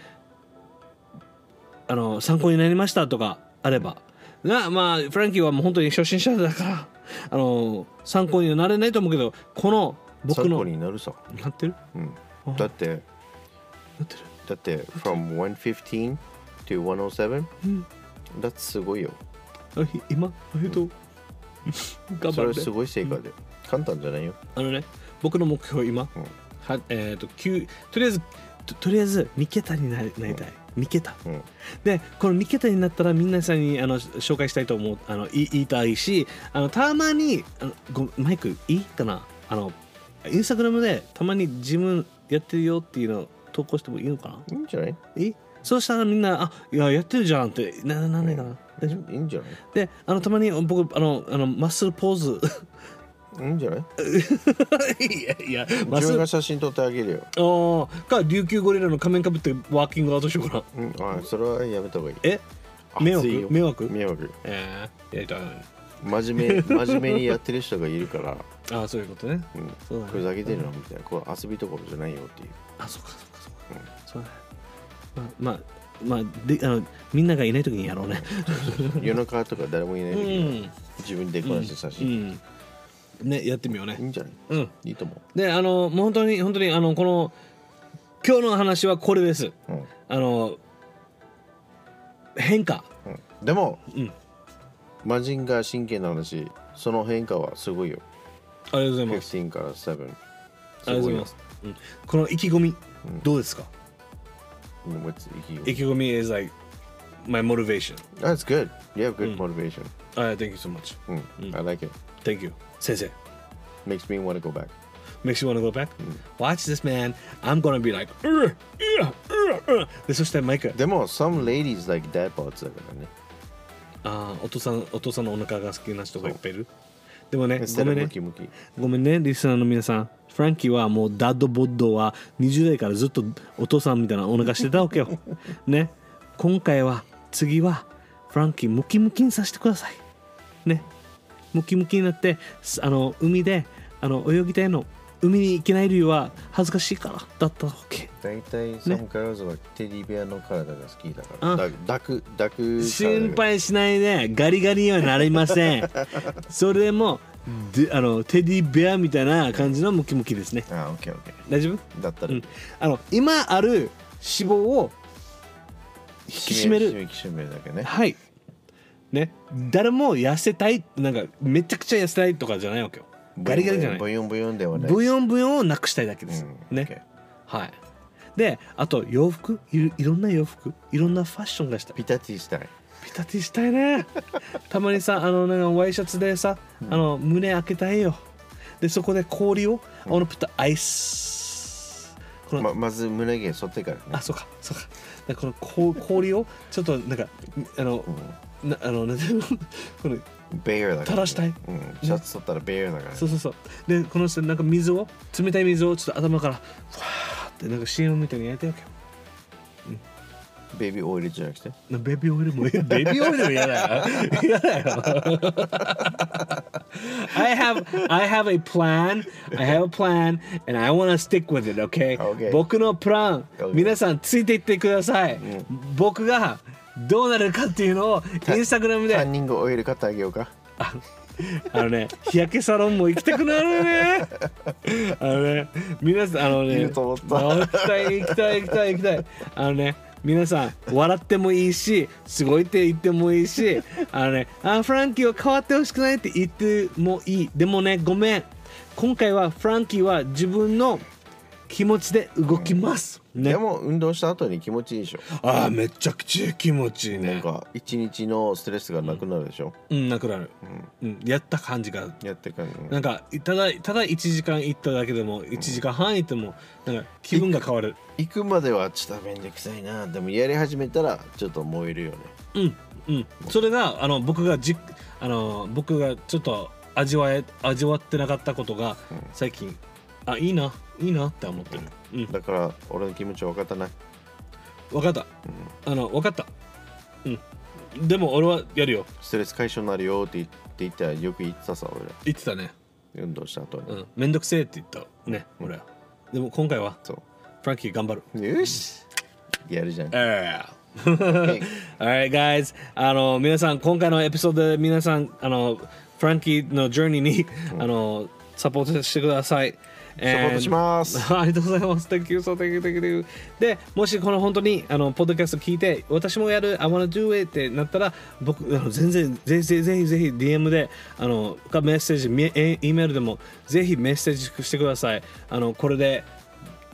A: あの参考になりましたとかあればがまあフランキーはもう本当に初心者だからあの参考にはなれないと思うけどこの僕
B: 参
A: の
B: 考になるさ、
A: なってる
B: うん
A: あ、
B: だって
A: なってる
B: だって from 115 to 107、
A: ん
B: だってすごいよ
A: あひ今ありがとう頑
B: そ
A: 張
B: れ
A: っ
B: は
A: て
B: すごい成果で、簡単じゃないよ
A: あのね、僕の目標今、
B: うん
A: はえっ、と、九とりあえずと、とりあえず三桁になりなりたい。三桁。
B: うん
A: で、この三桁になったらみんなさんにあの紹介したいと思う、あのい言いたいし、あのたまにあのごマイクいいかなあの、インスタグラムでたまに自分やってるよっていうのを投稿してもいいのかない
B: いんじゃない
A: いいそうしたらみんな、あいや、やってるじゃんって、な、ななんないかな大丈夫
B: いいんじゃな
A: で、あの、たまに僕、あの、あのマッスルポーズ。
B: いいいんじゃない
A: いやいや、マッス
B: 自
A: ル
B: 分が写真撮ってあげるよ、
A: ああか琉球ゴリラの仮面かぶってワーキングアウトしようかな
B: うん、あそれはやめた方がいい
A: え
B: 熱
A: 迷惑
B: いよ
A: 迷惑
B: 迷惑
A: ええやりたい
B: 真 面目真面目にやってる人がいるから、
A: ああそういうことね
B: うん、
A: そうだね
B: ふざけてるのみたいなこれ遊びどころじゃないよっていう
A: あそうかそうかそうか、そうだねまあまあ、まあ、であのみんながいない時にやろうね
B: 夜中とか誰もいないう時に
A: ん
B: 自分でこうやって写
A: う
B: 真、
A: んねやってみようね
B: いいんじゃない
A: うん
B: いいと思
A: であのもう本当に本当にあのこの今日の話はこれです
B: う、うん
A: あの変化
B: うん、でも
A: うん
B: マジンガー神経の話その変化はすごいよ
A: ありがとうございます
B: 15から7
A: ありがとうございます、うん、この意気込み、
B: うん
A: どうですか
B: ごいようん what's- 意気込み
A: 意気込み is like my motivation.
B: That's good you have
A: うん
B: good motivation、
A: Uh, thank you so much.
B: うん
A: うん
B: I like it
A: Thank you. 先生。
B: makes me want to go back
A: Makes you want to go back?
B: Mm.
A: Watch this man. I'm gonna be like, "Uh, "Ugh, ugh, ugh, ugh." で、そしてマイク、
B: でも some ladies like that parts だからね
A: あーお父さん、お父さんのお腹が好きな人がいっぱいいる。でもね、ご
B: instead
A: めん
B: of ム
A: ね、
B: キムキ
A: ごめんね、リスナーの皆さん。フランキーはもうダッドボッドは20代からずっとお父さんみたいなお腹してたわけよ。ね、今回は、次は、フランキームキムキにさせてください。ねムキムキになってすあの海であの泳ぎたいの海に行けない理由は恥ずかしいからだったわけ
B: 大体 some girls はテディベアの体が好きだから
A: あ
B: だ抱く抱く
A: 心配しないでガリガリにはなりませんそれでもであのテディベアみたいな感じのムキムキですね
B: あ OKOK、OK
A: 大丈夫、
B: OK だった
A: う
B: ら
A: ん、あの今ある脂肪を引き締める
B: 引き締めるだけね
A: はいね誰も痩せたいなんかめちゃくちゃ痩せたいとかじゃないわけよガリガリじゃない
B: ボヨンボヨンではない
A: ブヨンブヨンをなくしたいだけです、
B: うん
A: ね
B: OK
A: はいであと洋服いいろんな洋服いろんなファッションがしたい
B: ピタティしたい
A: ピタティしたい ねたまにさあのなんかワイシャツでさ、あの胸開けたいよでそこで氷をあのプッタアイスこの、
B: ままず胸毛剃ってからね
A: あそうかそうかだからこのこう氷をちょっとなんかあの、なあのなんていうの この
B: ベアだから、ね、
A: 垂らしたい
B: うん、シャツ剃ったらベアだから、ね
A: そうそうそうでこの人なんか水を冷たい水をちょっと頭からファーってなんか CM みたいにやりたいわけよ
B: ベビーオイルじゃなくて
A: なベビーオイルも ベビーオイルも嫌だよ 嫌だよ I have I have a plan I have a plan and I want to stick with it okay,
B: Okay.
A: 僕のプラン
B: Okay.
A: 皆さんついていってください、僕がどうなるかっていうのをインスタグラムで
B: タンニングオイル買ってあげようか
A: あのね、日焼けサロンも行きたくなるよね。あのね、皆さん、あのね、
B: 言うと思った
A: あ行きたい、行きたい、行きたい、行きたい。あのね、皆さん、笑ってもいいし、すごいって言ってもいいし、あのね、あ、フランキーは変わってほしくないって言ってもいい。でもね、ごめん。今回はフランキーは自分の気持ちで動きます。ね
B: で。も運動した後に気持ちいいでしょ
A: あー、めちゃくちゃ気持ちいい
B: なん
A: ね。
B: か一日のストレスがなくなるでしょ、
A: うん、なくなる。うん、やった感じが
B: やってから、
A: なん
B: ね、
A: かただただ1時間行っただけでも1時間半行ってもなんか気分が変わる
B: 行くまではちょっとめんどくさいなでもやり始めたらちょっと燃えるよね
A: うんうんそれがあの僕がじあの僕がちょっと味わえ味わってなかったことが最近あいいないいなって思ってるうん
B: だから俺の気持ち分かったな
A: 分かったあの分かったうんでも俺はやるよ
B: ストレス解消になるよって言って言ったらよく言ってたさ俺ら
A: 言ってたね
B: 運動した後に、
A: うんめんどくせえって言ったね俺はでも今回は
B: そ
A: フランキー頑張る
B: うよしやるじゃん
A: Alright guys あの皆さん今回のエピソードで皆さんあのフランキーのジョーニーにあのサポートしてくださいサ
B: サポートします
A: ありがとうございます Thank you so thank you thank you, thank you でもしこの本当にあのポッドキャスト聞いて私もやる I wanna do it ってなったら僕あの全然ぜひぜひぜひぜひ DM であのかメッセージメえ E メールでもぜひメッセージしてくださいあのこれで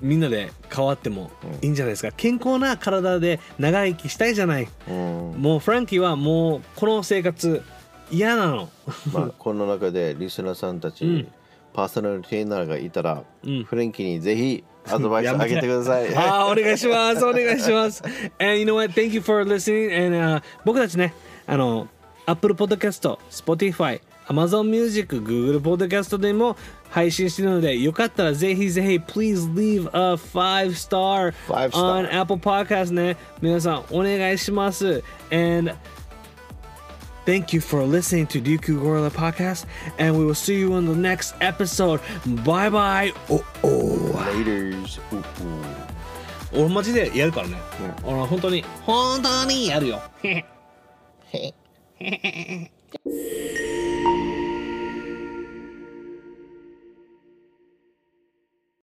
A: みんなで変わってもいいんじゃないですか、健康な体で長生きしたいじゃない、
B: うん
A: もうフランキーはもうこの生活嫌なの
B: ま あこの中でリスナーさんたち、パーソナルトレーナーがいたら、フレンキーにぜひアドバイスあげてくださ い
A: あーお願いしますお願いします Ah, and you know what thank you for listening and、uh, 僕たちねあの Apple Podcast Spotify Amazon Music Google Podcast でも配信してるのでよかったらぜひぜひ please leave a five star
B: Five star
A: on Apple Podcast ね皆さんお願いします and Thank you for listening to Ryukyu Gorilla Podcast, and we will see you on the next episode. Bye bye. Oh, oh.
B: Laters うっうー
A: 俺マジでやるからね、俺本当に本当にやるよ